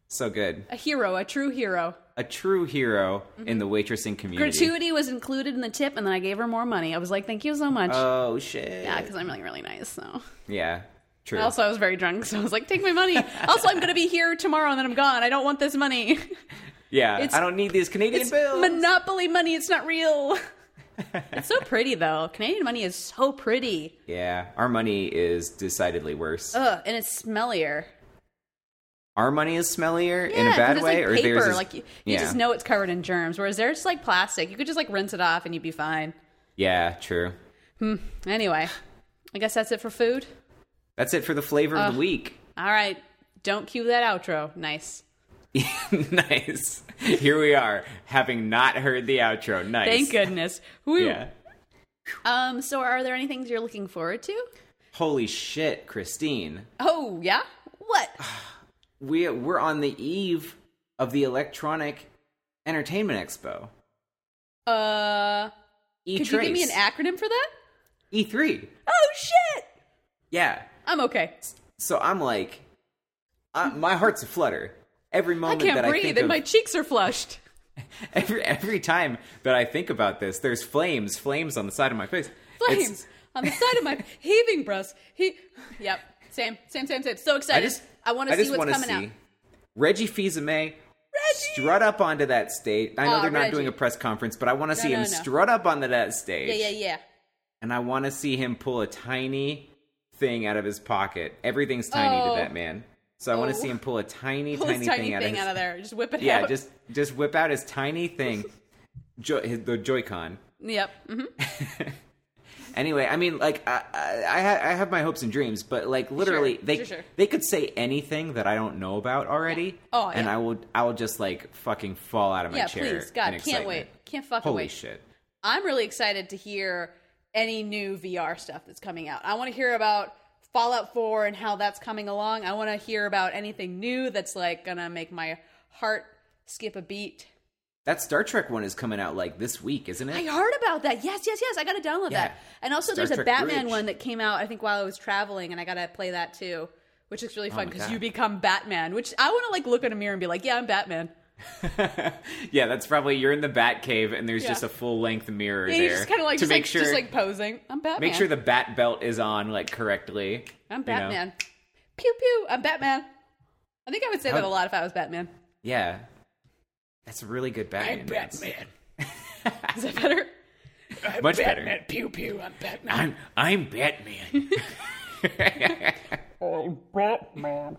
So good.
A hero, a true hero.
A true hero
Mm-hmm.
in the waitressing community.
Gratuity was included in the tip, and then I gave her more money. I was like, thank you so much.
Oh shit.
yeah, because I'm like really nice. So
Yeah. True.
also, I was very drunk, so I was like, take my money. also, I'm going to be here tomorrow, and then I'm gone. I don't want this money.
yeah.
it's-
I don't need these Canadian
it's
bills.
monopoly money. It's not real. it's so pretty though. Canadian money is so pretty.
yeah. Our money is decidedly worse.
Ugh, and it's smellier.
Our money is smellier in a
'cause
bad
it's
way,
like
or
paper.
theirs is
like you, you
yeah.
just know it's covered in germs. Whereas theirs is like plastic. You could just like rinse it off and you'd be fine.
Yeah. True.
Anyway, I guess that's it for food.
That's it for the flavor of the week.
All right, don't cue that outro. Nice.
nice. Here we are, having not heard the outro. Nice.
Thank goodness. Whew.
Yeah.
Um. So, are there any things you're looking forward to?
Holy shit, Christine.
Oh yeah. What?
We we're on the eve of the Electronic Entertainment Expo.
Uh.
E
Could you give me an acronym for that?
E3.
Oh shit!
E Yeah.
I'm okay.
So I'm like, I, my heart's a flutter every
I
moment
can't
that I
breathe,
think
and
of
my cheeks are flushed.
every every time that I think about this. There's flames, flames on the side of my face. It's-
Flames on the side of my heaving breast. He, yep, same, same, same, same. So
I
excited! I,
just
want
I
to
just
see what's
wanna
coming out.
see Reggie Fils-Aimé strut up onto that stage. I know
Aw,
they're not
Ah, Reggie.
doing a press conference, but I want to see
no,
him
no.
strut up onto that stage.
Yeah, yeah, yeah.
and I want to see him pull a tiny thing out of his pocket. Everything's tiny
Oh.
to that man. So I want to
Oh.
see him pull a tiny,
Pull
tiny,
this tiny
thing, out of, his,
there. Just whip it out.
yeah, just just whip out his tiny thing, jo- his, the Joy-Con.
yep. hmm
Anyway, I mean, like I, I, I ha- I have my hopes and dreams, but like literally,
Sure,
they
sure, sure.
they could say anything that I don't know about already.
Oh,
and
yeah.
I will I will just like fucking fall out of my
Yeah,
chair.
please, God,
in
can't
excitement.
wait, can't fucking
Holy
wait.
shit!
I'm really excited to hear any new VR stuff that's coming out. I want to hear about Fallout 4 and how that's coming along. I want to hear about anything new that's like gonna make my heart skip a beat.
That Star Trek one is coming out like this week, isn't it?
I heard about that. Yes, yes, yes. I got to download
Yeah.
that. And also,
Star
there's a
Trek
Batman
Bridge.
one that came out, I think, while I was traveling, and I got to play that too, which is really fun
Oh my
because
God.
you become Batman, which I want to like look in a mirror and be like, yeah, I'm Batman.
yeah, that's probably you're in the Bat Cave, and there's
Yeah.
just a full length mirror
And
there
you just kind of like,
to
just,
make
like
sure
just like posing. I'm Batman.
make sure the bat belt is on like correctly.
I'm
you know?
Batman. Pew pew. I'm Batman. I think I would say that
How-
a lot if I was Batman.
Yeah, that's a really good Batman. dance.
Is that better?
Much better.
Pew pew. I'm Batman.
I'm I'm Batman.
Batman.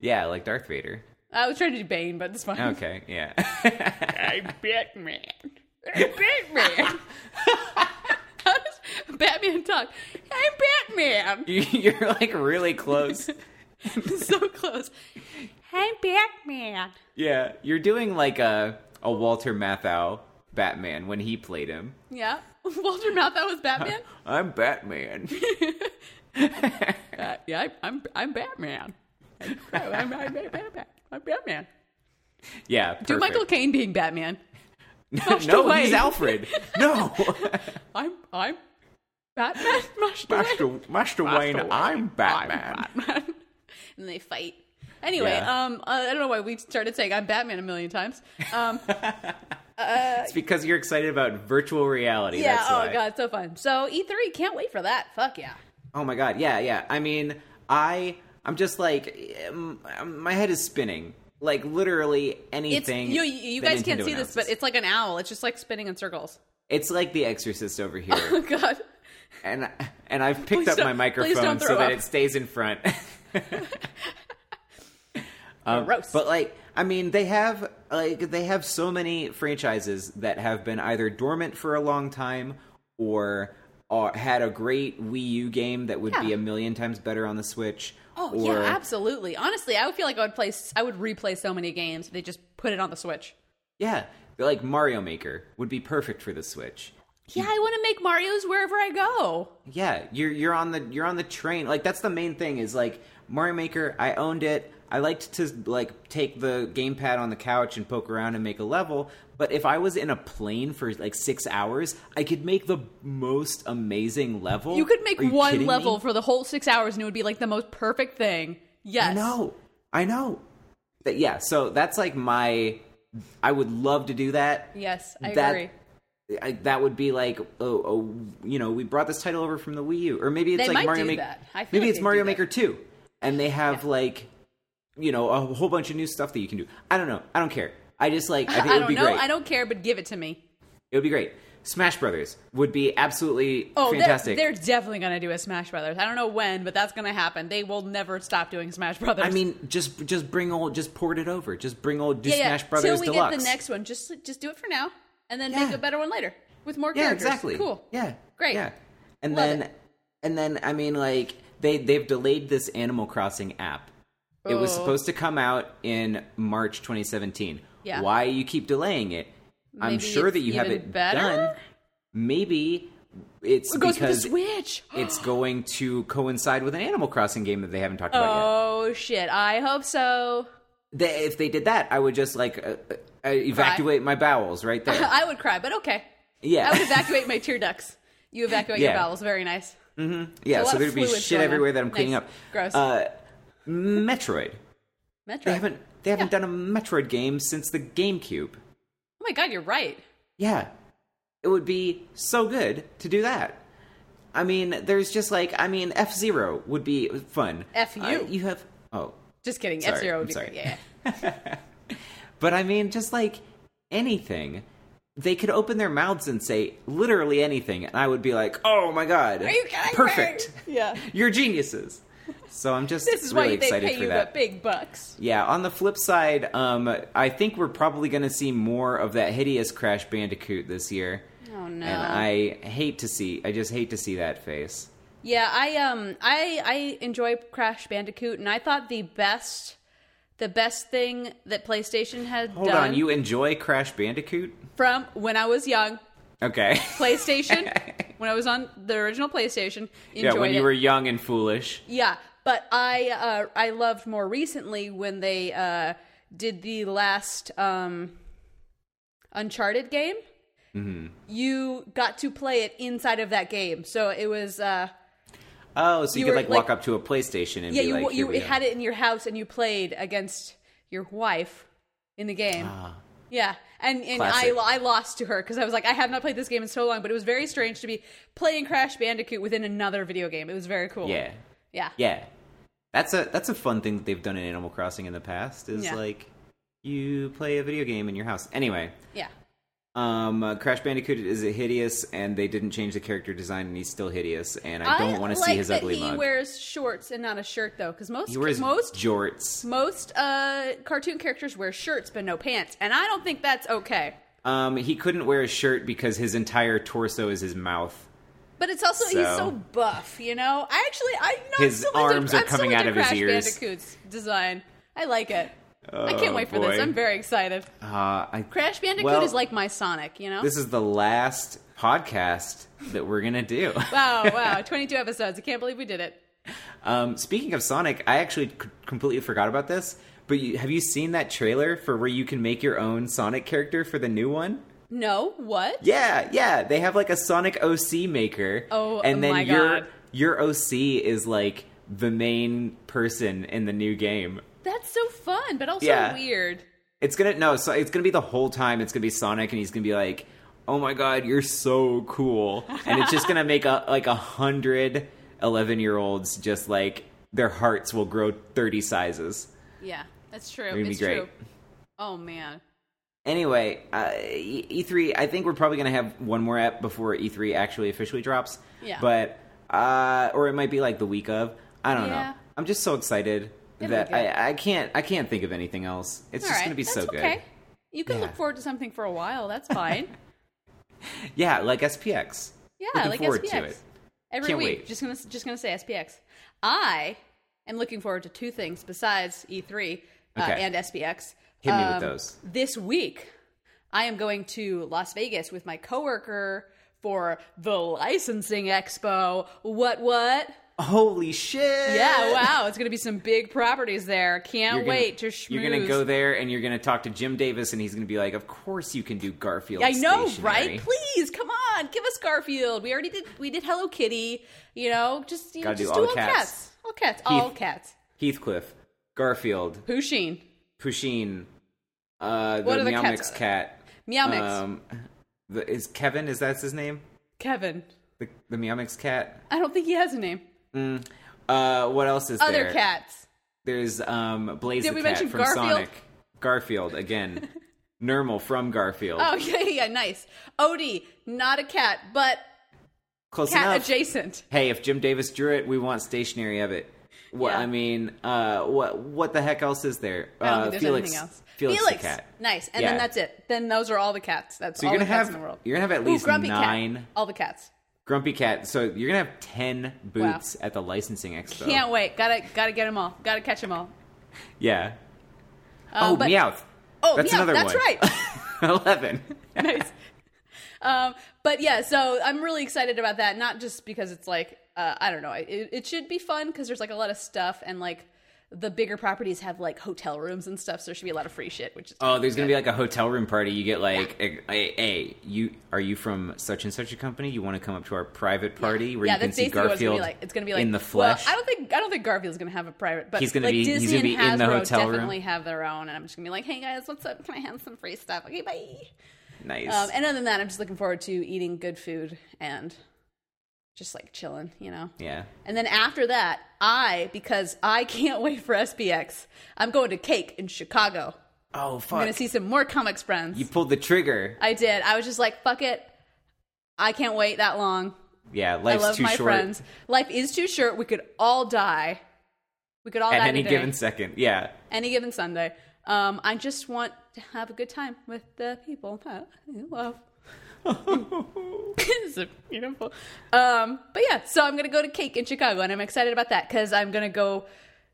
yeah, like Darth Vader.
I was trying to do Bane, but it's fine.
Okay, yeah.
I'm Batman.
Batman. How does Batman talk? I'm Batman.
You- You're like really close.
so close. Hey, Batman.
Yeah, you're doing like a a Walter Matthau Batman when he played him.
Yeah. Walter Matthau was Batman?
I'm Batman.
Uh, yeah, I, I'm, I'm Batman. I'm, I'm, I'm Batman. I'm Batman.
Yeah, perfect.
Do Michael Caine being Batman. Mushed
No,
away.
he's Alfred. No,
I'm, I'm Batman. Mushed away.
Master Master Wayne, I'm Batman.
I'm Batman. and they fight. Anyway,
Yeah.
um, I don't know why we started saying I'm Batman a million times. Um,
It's because you're excited about virtual reality.
yeah.
that's
Oh
why.
god, it's so fun. So E3, can't wait for that. Fuck yeah.
Oh my god, yeah, yeah. I mean, I I'm just like um, my head is spinning. Like literally
It's
anything.
you. You
that
guys can't
Nintendo
see this,
announces.
but it's like an owl. It's just like spinning in circles.
it's like The Exorcist over here,
Oh god.
and and I've picked
Please
up
don't-
my
please don't
microphone so
throw
that
up.
it stays in front.
Gross.
Uh, but like, I mean, they have like they have so many franchises that have been either dormant for a long time or. Or had a great Wii U game that would be
Yeah.
a million times better on the Switch.
oh
or,
yeah, absolutely. Honestly, I would feel like I would play. I would replay so many games. if They just put it on the Switch.
Yeah, like Mario Maker would be perfect for the Switch.
yeah, I want to make Mario's wherever I go.
Yeah, you're you're on the you're on the train. Like that's the main thing is like Mario Maker. I owned it. I liked to like take the gamepad on the couch and poke around and make a level. But if I was in a plane for like six hours, I could make the most amazing level.
You could make
Are you
one
kidding
level
Me?
for the whole six hours, and it would be like the most perfect thing. Yes.
I know. I know. But yeah. So that's like my. I would love to do that.
Yes, I
That-
agree.
I, that would be like oh, oh you know we brought this title over from the Wii U or maybe it's
They
like
might
Mario
do
Maker
that. I feel
maybe
like
it's
they
Mario
do
Maker 2 and they have like you know a whole bunch of new stuff that you can do I don't know I don't care I just like I think
I
it would
don't
be
know.
great
I don't care, but give it to me.
it would be great Smash Brothers would be absolutely
Oh, they're,
fantastic
they're definitely going to do a Smash Brothers. I don't know when, but that's going to happen. They will never stop doing Smash Brothers.
I mean just just bring old just port it over just bring old do
yeah, yeah.
Smash Brothers
Till we
Deluxe
get the next one, just just do it for now, and then make
Yeah.
a better one later with more
yeah
characters.
exactly
Cool.
yeah
Great.
yeah and
Love
then
it.
and then I mean like they they've delayed this Animal Crossing app It was
Oh.
supposed to come out in March 2017.
Yeah.
Why you keep delaying it? I'm
Maybe
sure
it's
that you have
even
it
better?
done. Maybe it's
It goes with the
because
Switch.
it's going to coincide with an Animal Crossing game that they haven't talked about
Oh shit! I hope so.
yet. They, if they did that, I would just like uh, uh, evacuate my bowels right there.
I would cry, but okay.
Yeah.
I would evacuate my tear ducts. You evacuate your
Yeah.
bowels. Very nice.
yeah,
a lot
so
of
there'd be
fluids
shit
going on.
everywhere that I'm cleaning
Nice.
up.
Gross.
Uh, Metroid.
Metro.
They haven't they haven't done a Metroid game since the GameCube.
Oh my god, you're right.
Yeah. It would be so good to do that. I mean, there's just like, I mean, F Zero would be fun.
F you.
Uh, you have, oh.
Just kidding.
Sorry,
F zero
I'm
would be
sorry.
great. Yeah.
But I mean, just like anything. They could open their mouths and say literally anything, and I would be like, oh my god.
Are you kidding
Perfect.
me? Yeah.
You're geniuses. So I'm just
This is
really
why they
excited
pay
for
you
that.
the big bucks.
Yeah, on the flip side, um, I think we're probably going to see more of that hideous Crash Bandicoot this year.
Oh, no.
And I hate to see. I just hate to see that face.
Yeah, I um I I enjoy Crash Bandicoot and I thought the best the best thing that PlayStation had
Hold
done
on, you enjoy Crash Bandicoot?
from when I was young,
Okay.
PlayStation, when I was on the original PlayStation, enjoyed
yeah, when
it.
you were young and foolish.
Yeah, but I uh, I loved more recently when they uh, did the last um, Uncharted game.
Mm-hmm.
You got to play it inside of that game, so it was uh,
Oh, so you,
You
could
were,
like,
like-
walk up to a PlayStation and
yeah
be
you
like,
you
Here we
had it in your house and you played against your wife in the game. Yeah, and and I
Ah. Classic.
I lost to her because I was like I have not played this game in so long, but it was very strange to be playing Crash Bandicoot within another video game. It was very cool.
Yeah,
yeah,
yeah. That's a that's a fun thing that they've done in Animal Crossing in the past. Is
Yeah.
like you play a video game in your house. Anyway,
yeah.
um, uh, Crash Bandicoot is a hideous, and they didn't change the character design, and he's still hideous. And I don't want to see
like
his
that
ugly
he
mug.
wears shorts and not a shirt though, because most
he wears
most
jorts.
most uh, cartoon characters wear shirts but no pants, and I don't think that's okay.
Um, he couldn't wear a shirt because his entire torso is his mouth.
But it's also he's
So-
so buff, you know. I actually I know I'm
His
so into-
arms are
I'm so
coming
into
out of his
Crash
ears. Oh,
Bandicoot's design. I like it. I can't wait for this.
boy.
I'm very excited.
Uh, I,
Crash Bandicoot
Well,
is like my Sonic, you know.
this is the last podcast that we're gonna do.
wow, wow, 22 episodes. I can't believe we did it.
Um, speaking of Sonic, I actually c- completely forgot about this. But you, have you seen that trailer for where you can make your own Sonic character for the new one?
No, what?
Yeah, yeah. They have like a Sonic OC maker.
Oh,
and then
my
your
God.
your OC is like the main person in the new game.
That's so fun, but also
Yeah.
weird.
It's gonna no, so it's gonna be the whole time. It's gonna be Sonic, and he's gonna be like, "Oh my god, you're so cool!" And it's just gonna make a like a hundred eleven year olds just like their hearts will grow thirty sizes.
Yeah, that's true.
gonna be
It's
great.
true. Oh man.
Anyway, uh, E- E3. I think we're probably gonna have one more app before E3 actually officially drops.
Yeah.
But uh, or it might be like the week of. I don't
Yeah.
know. I'm just so excited
It'll be
that
good.
I, I can't I can't think of anything else. It's
All
just
right,
gonna be
that's
so good.
Okay. You can
Yeah.
look forward to something for a while. That's fine.
Yeah, like SPX.
Yeah,
Looking
like
forward
SPX.
to it.
Every
Can't
week,
wait.
just gonna just gonna say SPX. I am looking forward to two things besides E3 uh,
Okay.
and SPX.
Hit
Um,
me with those.
This week, I am going to Las Vegas with my coworker for the licensing expo. What, what?
Holy shit!
Yeah, wow. It's going to be some big properties there. Can't
You're gonna-
wait to schmooze.
You're gonna go there and you're gonna talk to Jim Davis, and he's gonna be like, "Of course you can do Garfield."
I know,
stationery."
right? Please, come on, give us Garfield. We already did. We did Hello Kitty. You know, just you know,
Gotta do
just
all
do all
cats.
cats. all cats, all
Heath.
cats.
Heathcliff, Garfield,
Pusheen,
Pusheen, uh,
What
the
are the
Meow
cats-
Mix cat.
Meow Mix,
Um, the, is Kevin? Is that his name?
Kevin.
The, the Meow Mix cat.
I don't think he has a name.
Mm. Uh, what else is
Other
there?
cats.
There's um, Blaze
Did
the
we
cat
mention
from
Garfield?
Sonic. Garfield again. Nermal from Garfield.
Oh yeah, yeah, nice. Odie, not a cat, but
Close
cat
enough.
adjacent.
hey, if Jim Davis drew it, we want stationery of it. What
Yeah.
I mean, uh, what what the heck else is there?
I don't
uh,
think there's
Felix,
anything else.
Felix, the
Felix,
cat.
nice. And
Yeah.
then that's it. Then those are all the cats. That's
So
all
you're
the
gonna
cats
have
in the world.
you're gonna have at
Ooh,
least
Grumpy
nine
Cat. All the cats.
Grumpy Cat. So you're gonna have ten booths at the licensing expo.
Can't wait. Gotta gotta get them all. Gotta catch them all.
Yeah.
Um,
oh,
but-
Meowth.
Oh,
that's
yeah,
another
that's
one.
right.
Eleven.
nice. Um, but yeah, so I'm really excited about that. Not just because it's like uh, I don't know, it, it should be fun because there's like a lot of stuff and like the bigger properties have like hotel rooms and stuff, so there should be a lot of free shit. Which is
Oh, there's gonna be like a hotel room party. You get like, a hey, hey, you are you from such and such a company? You want to come up to our private party where
yeah,
you can
that's
see
basically what it's gonna
Garfield
be like. It's gonna be like
in the flesh?
Well, I don't think I don't think Garfield's gonna have a private, but
He's gonna
like
be- he's
Disney
gonna be
and Hasbro
in the hotel room.
definitely have their own, and I'm just gonna be like, hey guys, what's up? Can I have some free stuff? Okay, bye.
nice.
Um, and other than that, I'm just looking forward to eating good food and just like chilling, you know.
yeah.
And then after that, I, because I can't wait for SPX, I'm going to Cake in Chicago.
Oh
I'm going
fuck!
to see some more comics friends.
you pulled the trigger.
I did. I was just like, fuck it. I can't wait that long.
Yeah, life's
I love
too
my
short.
friends. Life is too short. We could all die. We could all
At
die
any
today.
given second, yeah.
any given Sunday. Um, I just want to have a good time with the people that I love. it's a beautiful. Um, but yeah, so I'm gonna go to Cake in Chicago, and I'm excited about that because I'm gonna go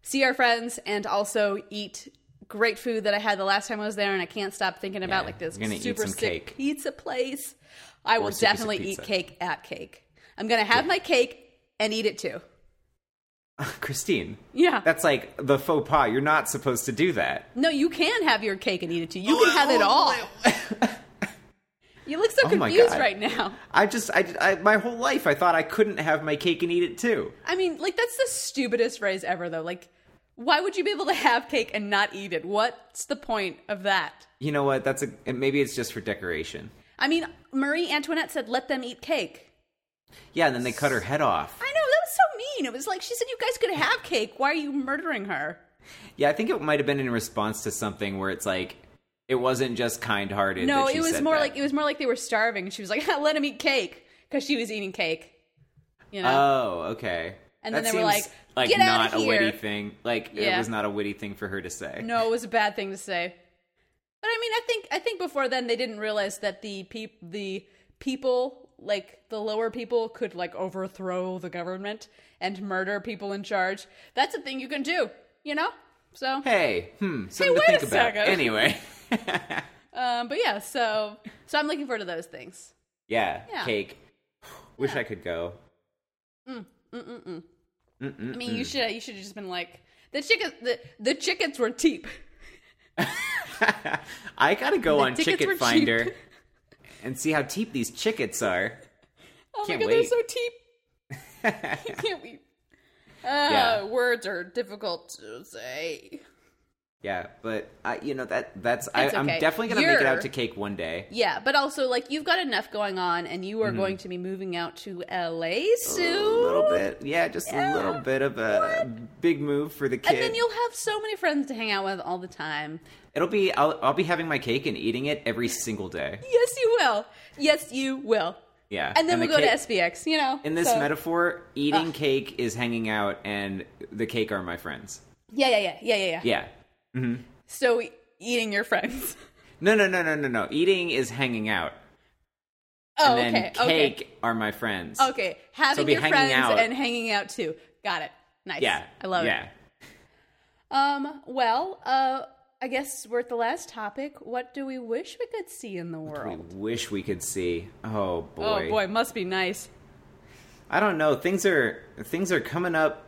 see our friends and also eat great food that I had the last time I was there, and I can't stop thinking about
Yeah,
like this
you're gonna eat
super
some
sick
cake.
pizza place. I will
super sick
definitely eat
pizza.
cake at Cake. I'm gonna have my cake and eat it too.
Christine,
Yeah.
that's like the faux pas. You're not supposed to do that.
No, you can have your cake and eat it too. You can have it all. you look so
Oh my
confused
God.
right now.
I just, I, I, my whole life, I thought I couldn't have my cake and eat it too.
I mean, like that's the stupidest phrase ever though. Like why would you be able to have cake and not eat it? What's the point of that?
You know what? That's a maybe it's just for decoration.
I mean, Marie Antoinette said let them eat cake.
Yeah, and then they cut her head off.
I know, that was so mean. It was like she said you guys could have cake. Why are you murdering her?
Yeah, I think it might have been in response to something where it's like it wasn't just kind-hearted.
No,
that she
it was
said
more
that.
like it was more like they were starving. She was like, "Let them eat cake" cuz she was eating cake. You know?
Oh, okay.
uh, And then
That
they were
seems
like, "Get
not
outta
a
here."
witty thing. Like it
Yeah.
was not a witty thing for her to say.
No, it was a bad thing to say. But I mean, I think I think before then they didn't realize that the peop- the people like the lower people could like overthrow the government and murder people in charge. That's a thing you can do, you know. So,
Hey, hmm, something
wait
to think
a
about.
second.
Anyway,
um, but yeah, so so I'm looking forward to those things.
yeah,
Yeah.
cake. Wish I could go.
I mean, you should you should have just been like the chicken the the chickens were cheap.
I gotta go on
tickets were
Chicket
cheap.
Finder and see how cheap these chickets are.
Oh
Can't
my god,
wait.
they're so cheap. You can't we? Uh,
Yeah.
Words are difficult to say.
Yeah, but I, you know that that's I,
It's
I'm
okay.
definitely gonna make it out
You're-
to cake one day.
Yeah, but also like you've got enough going on, and you are
Mm-hmm.
going to be moving out to LA soon,
A Oh, little bit, yeah, just a little bit of a big move for the kid.
and then you'll have so many friends to hang out with all the time.
It'll be I'll, I'll be having my cake and eating it every single day.
Yes, you will. Yes, you will.
Yeah,
And then
the
we'll go
cake-
to SBX. You know,
In this
so-
metaphor, eating cake is hanging out, and the cake are my friends.
Yeah, yeah, yeah, yeah, yeah, yeah.
Yeah.
So eating your friends.
No, no, no, no, no, no. Eating is hanging out,
Oh,
and
okay, Oh,
then cake are my friends.
okay, okay. Having
be
your
hanging
friends
out.
and hanging out too. Got it. Nice.
Yeah,
I love it.
yeah.
Um, well, uh, I guess we're at the last topic. What do we wish we could see in the
We
world?
wish we could see. Oh boy.
Oh boy, must be nice.
I don't know. Things are things are coming up,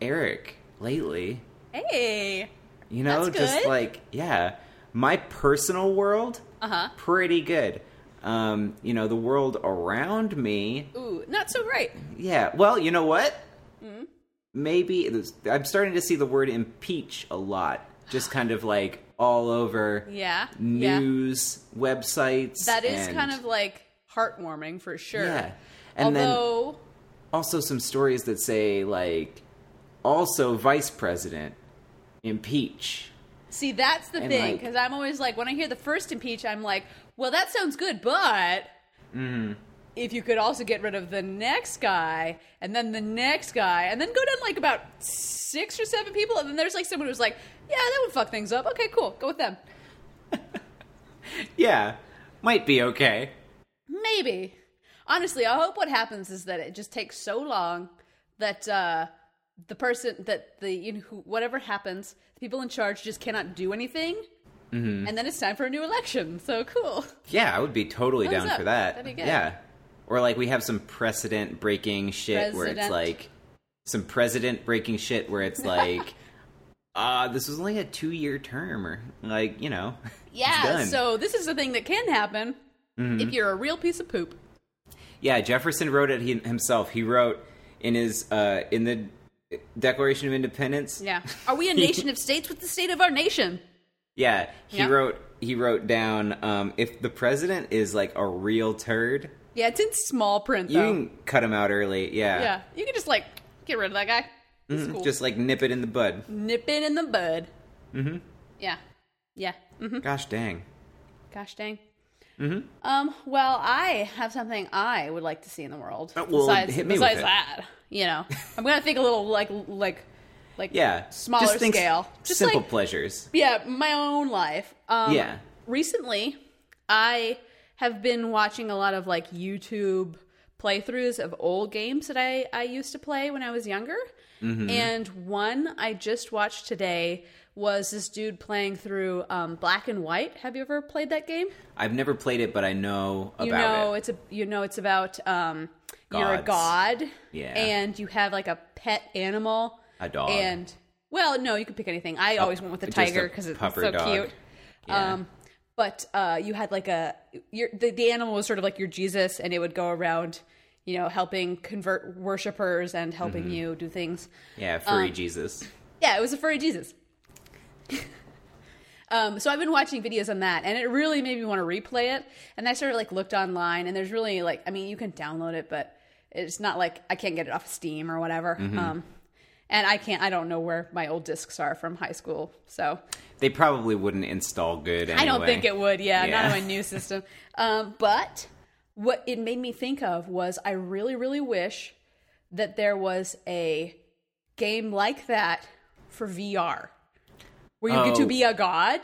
Eric. Lately,
Hey.
you know,
That's
just
good.
like yeah, my personal world,
Uh huh.
pretty good. Um, you know, the world around me,
Ooh, not so great.
yeah. Well, you know what?
Mm-hmm.
Maybe it was- I'm starting to see the word impeach a lot, just kind of like all over
Yeah. yeah.
news websites.
That is
and-
kind of like heartwarming for sure.
yeah, and then
Although,
also some stories that say like also vice president impeach
see, that's the
And,
thing
like-
because I'm always like, when I hear the first impeach, I'm like, well, that sounds good, but
Mm-hmm.
if you could also get rid of the next guy and then the next guy and then go down like about six or seven people, and then there's like someone who's like, yeah, that would fuck things up. Okay, cool, go with them.
yeah might be okay
Maybe. Honestly, I hope what happens is that it just takes so long that uh, the person that the you know who, whatever happens, the people in charge just cannot do anything,
Mm-hmm.
and then it's time for a new election. So cool.
yeah i would be totally
Thumbs
down
up.
for that
That'd be good.
yeah or like we have some precedent breaking shit where it's
President.
like some president breaking shit where it's like uh this was only a two year term or like you know
Yeah.
done. Mm-hmm.
So this is the thing that can happen if you're a real piece of poop.
Yeah, Jefferson wrote it he, himself. He wrote in his uh, in the Declaration of Independence.
Yeah. Are we a nation of states? What's the state of our nation?
Yeah, he
Yeah.
wrote he wrote down um, if the president is like a real turd,
Yeah, it's in small print
you
though.
can cut him out early. Yeah,
Oh. yeah, you can just like get rid of that guy. It's cool.
Mm-hmm.
Mm-hmm.
just like nip it in the bud.
nipping in the bud. Mm-hmm. Yeah. Yeah. Mm-hmm.
Gosh dang.
Gosh dang. Mm-hmm. Um, well, I have something I would like to see in the world.
Uh, well,
besides
hit me with
besides
it.
that, you know, I'm gonna think a little like like like
Yeah,
smaller
just think s-
scale. Just
simple
like
pleasures.
yeah, my own life. Um,
Yeah.
Recently, I have been watching a lot of like YouTube playthroughs of old games that I, I used to play when I was younger.
Mm-hmm.
And one I just watched today was this dude playing through um, Black and White. Have you ever played that game?
I've never played it, but I know about
you know
it.
it's a you know it's about um you're a
Gods.
god
Yeah.
and you have like a pet animal
A dog. Oh,
and well no you could pick anything i always went with the
just a
tiger because it's
pupper
so
dog.
cute
Yeah.
um but uh you had like a your the, the animal was sort of like your jesus and it would go around you know helping convert worshipers and helping
Mm-hmm.
you do things
yeah,
um,
furry Jesus.
yeah, it was a furry Jesus. um, so I've been watching videos on that, and it really made me want to replay it. And I sort of like looked online, and there's really like, I mean, you can download it, but it's not like I can't get it off of Steam or whatever. Um, and I can't, I don't know where my old discs are from high school, so
They probably wouldn't install good. Anyway.
I don't think it would. Yeah,
Yeah.
not on my new system. Um, but what it made me think of was I really, really wish that there was a game like that for VR, where you get
Oh.
to be a god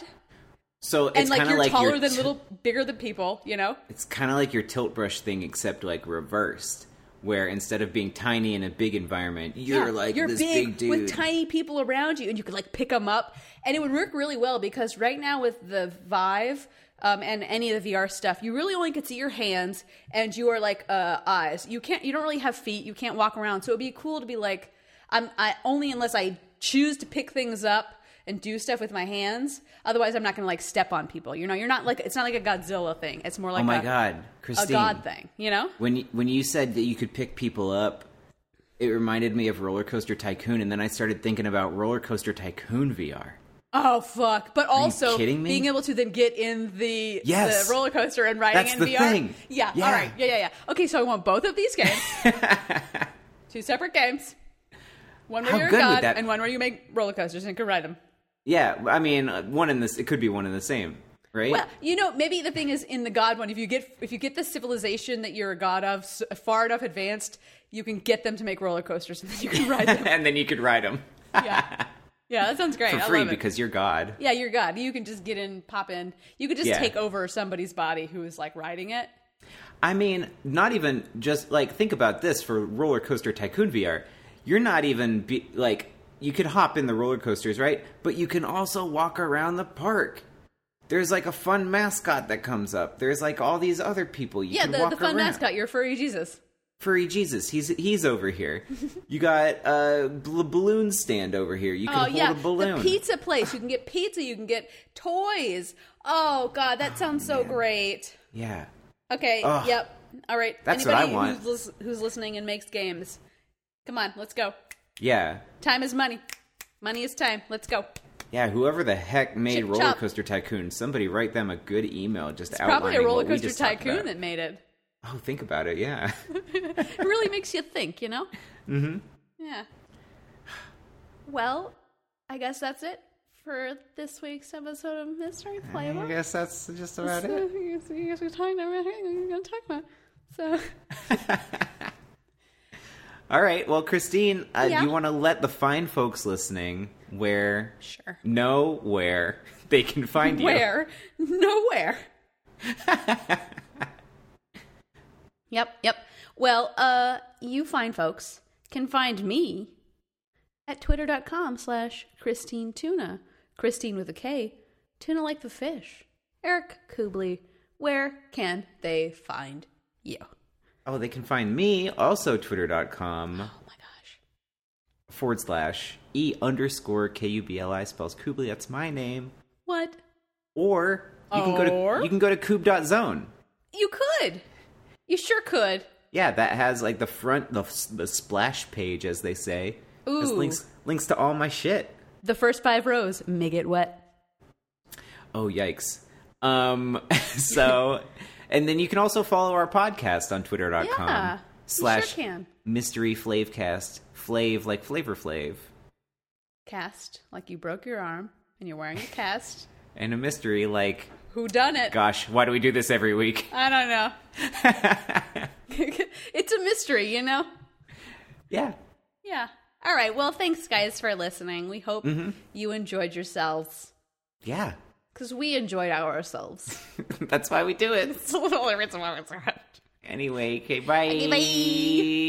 So it's
and like
kinda
you're
like
taller
your
than
t-
little, bigger than people. You know?
It's kind of like your tilt brush thing, except like reversed, where instead of being tiny in a big environment, you're
Yeah,
like
you're
this
big,
big dude.
with tiny people around you, and you could like pick them up, and it would work really well because right now with the Vive um, and any of the VR stuff, you really only could see your hands and your like uh, eyes. You can't, you don't really have feet. You can't walk around, so it'd be cool to be like, I'm I, only unless I choose to pick things up and do stuff with my hands. Otherwise, I'm not gonna like step on people. You know, you're not like it's not like a Godzilla thing. It's more like
oh my
a,
god,
a
Christine!
god thing. You know?
When you, when you said that you could pick people up, it reminded me of Roller Coaster Tycoon, and then I started thinking about Roller Coaster Tycoon VR.
Oh fuck! But also
kidding me?
being able to then get in the,
Yes.
the roller coaster and riding
That's
in
the
VR.
thing.
Yeah,
Yeah.
All right. Yeah. Yeah. Yeah. Okay. So I want both of these games. Two separate games. One where
How
you're a
good would
god,
that-
and one where you make roller coasters and can ride them.
Yeah, I mean, uh, one in this. It could be one in the same, right?
Well, you know, maybe the thing is in the god one. If you get if you get the civilization that you're a god of s- far enough advanced, you can get them to make roller coasters and then you can ride them.
and then you could ride them
yeah. Yeah. That sounds great.
for
I
free
love it.
because you're God.
Yeah, you're God. You can just get in, pop in. You could just
Yeah.
take over somebody's body who is like riding it.
I mean, not even just like think about this for Roller Coaster Tycoon VR. You're not even be, like you could hop in the roller coasters, right? But you can also walk around the park. There's like a fun mascot that comes up. There's like all these other people. You
Yeah,
can
the,
walk
the fun
around.
mascot, your furry Jesus.
Furry Jesus, he's he's over here. you got a bl- balloon stand over here. You can
Oh
hold
yeah,
a balloon.
the pizza place. You can get pizza. You can get toys. Oh god, that sounds so great.
yeah,
Okay.
Ugh.
Yep. All right.
That's what
Anybody
I want.
Who's, lis- who's listening and makes games? Come on, let's go.
yeah,
Time is money. Money is time. Let's go.
yeah. Whoever the heck made
Chip
Roller
chop.
Coaster Tycoon, somebody write them a good email. Just
It's probably a
outlining
roller
what we
coaster
just talked
tycoon
about.
that made it.
Oh, think about it. Yeah.
It really makes you think, you know? Mm-hmm. Yeah. Well, I guess that's it for this week's episode of Mystery
I
Playbook.
guess that's just about
So,
it.
you guys- you guys were talking about everything we're going to talk about. So,
All right. Well, Christine, uh,
Yeah.
you want to let the fine folks listening where
sure.
know where they can find you.
Where? Nowhere. yep, yep. Well, uh, you fine folks can find me at twitter.com slash Christine Tuna. Christine with a K. Tuna like the fish. Eric Kubley. Where can they find you?
Oh, they can find me also twitter.com
Oh my gosh.
forward slash e underscore k u b l i spells Kubli. That's my name.
What?
Or you can go
Or?
to you can go to kub.zone.
You could. You sure could.
Yeah, that has like the front the, the splash page as they say. Has
Ooh.
links links to all my shit.
The first five rows may get wet.
Oh yikes. Um so and then you can also follow our podcast on twitter.com
Yeah, you
slash
sure can.
mystery flavecast. Flave like flavor flav.
Cast, like you broke your arm and you're wearing a cast.
And a mystery like
Who done it?
gosh, why do we do this every week?
I don't know. it's a mystery, you know?
Yeah.
Yeah. All right. Well, thanks, guys, for listening. We hope you enjoyed yourselves
Yeah.
because we enjoyed ourselves.
That's why we do it.
it's the only reason why we're so
Anyway, okay, bye.
bye.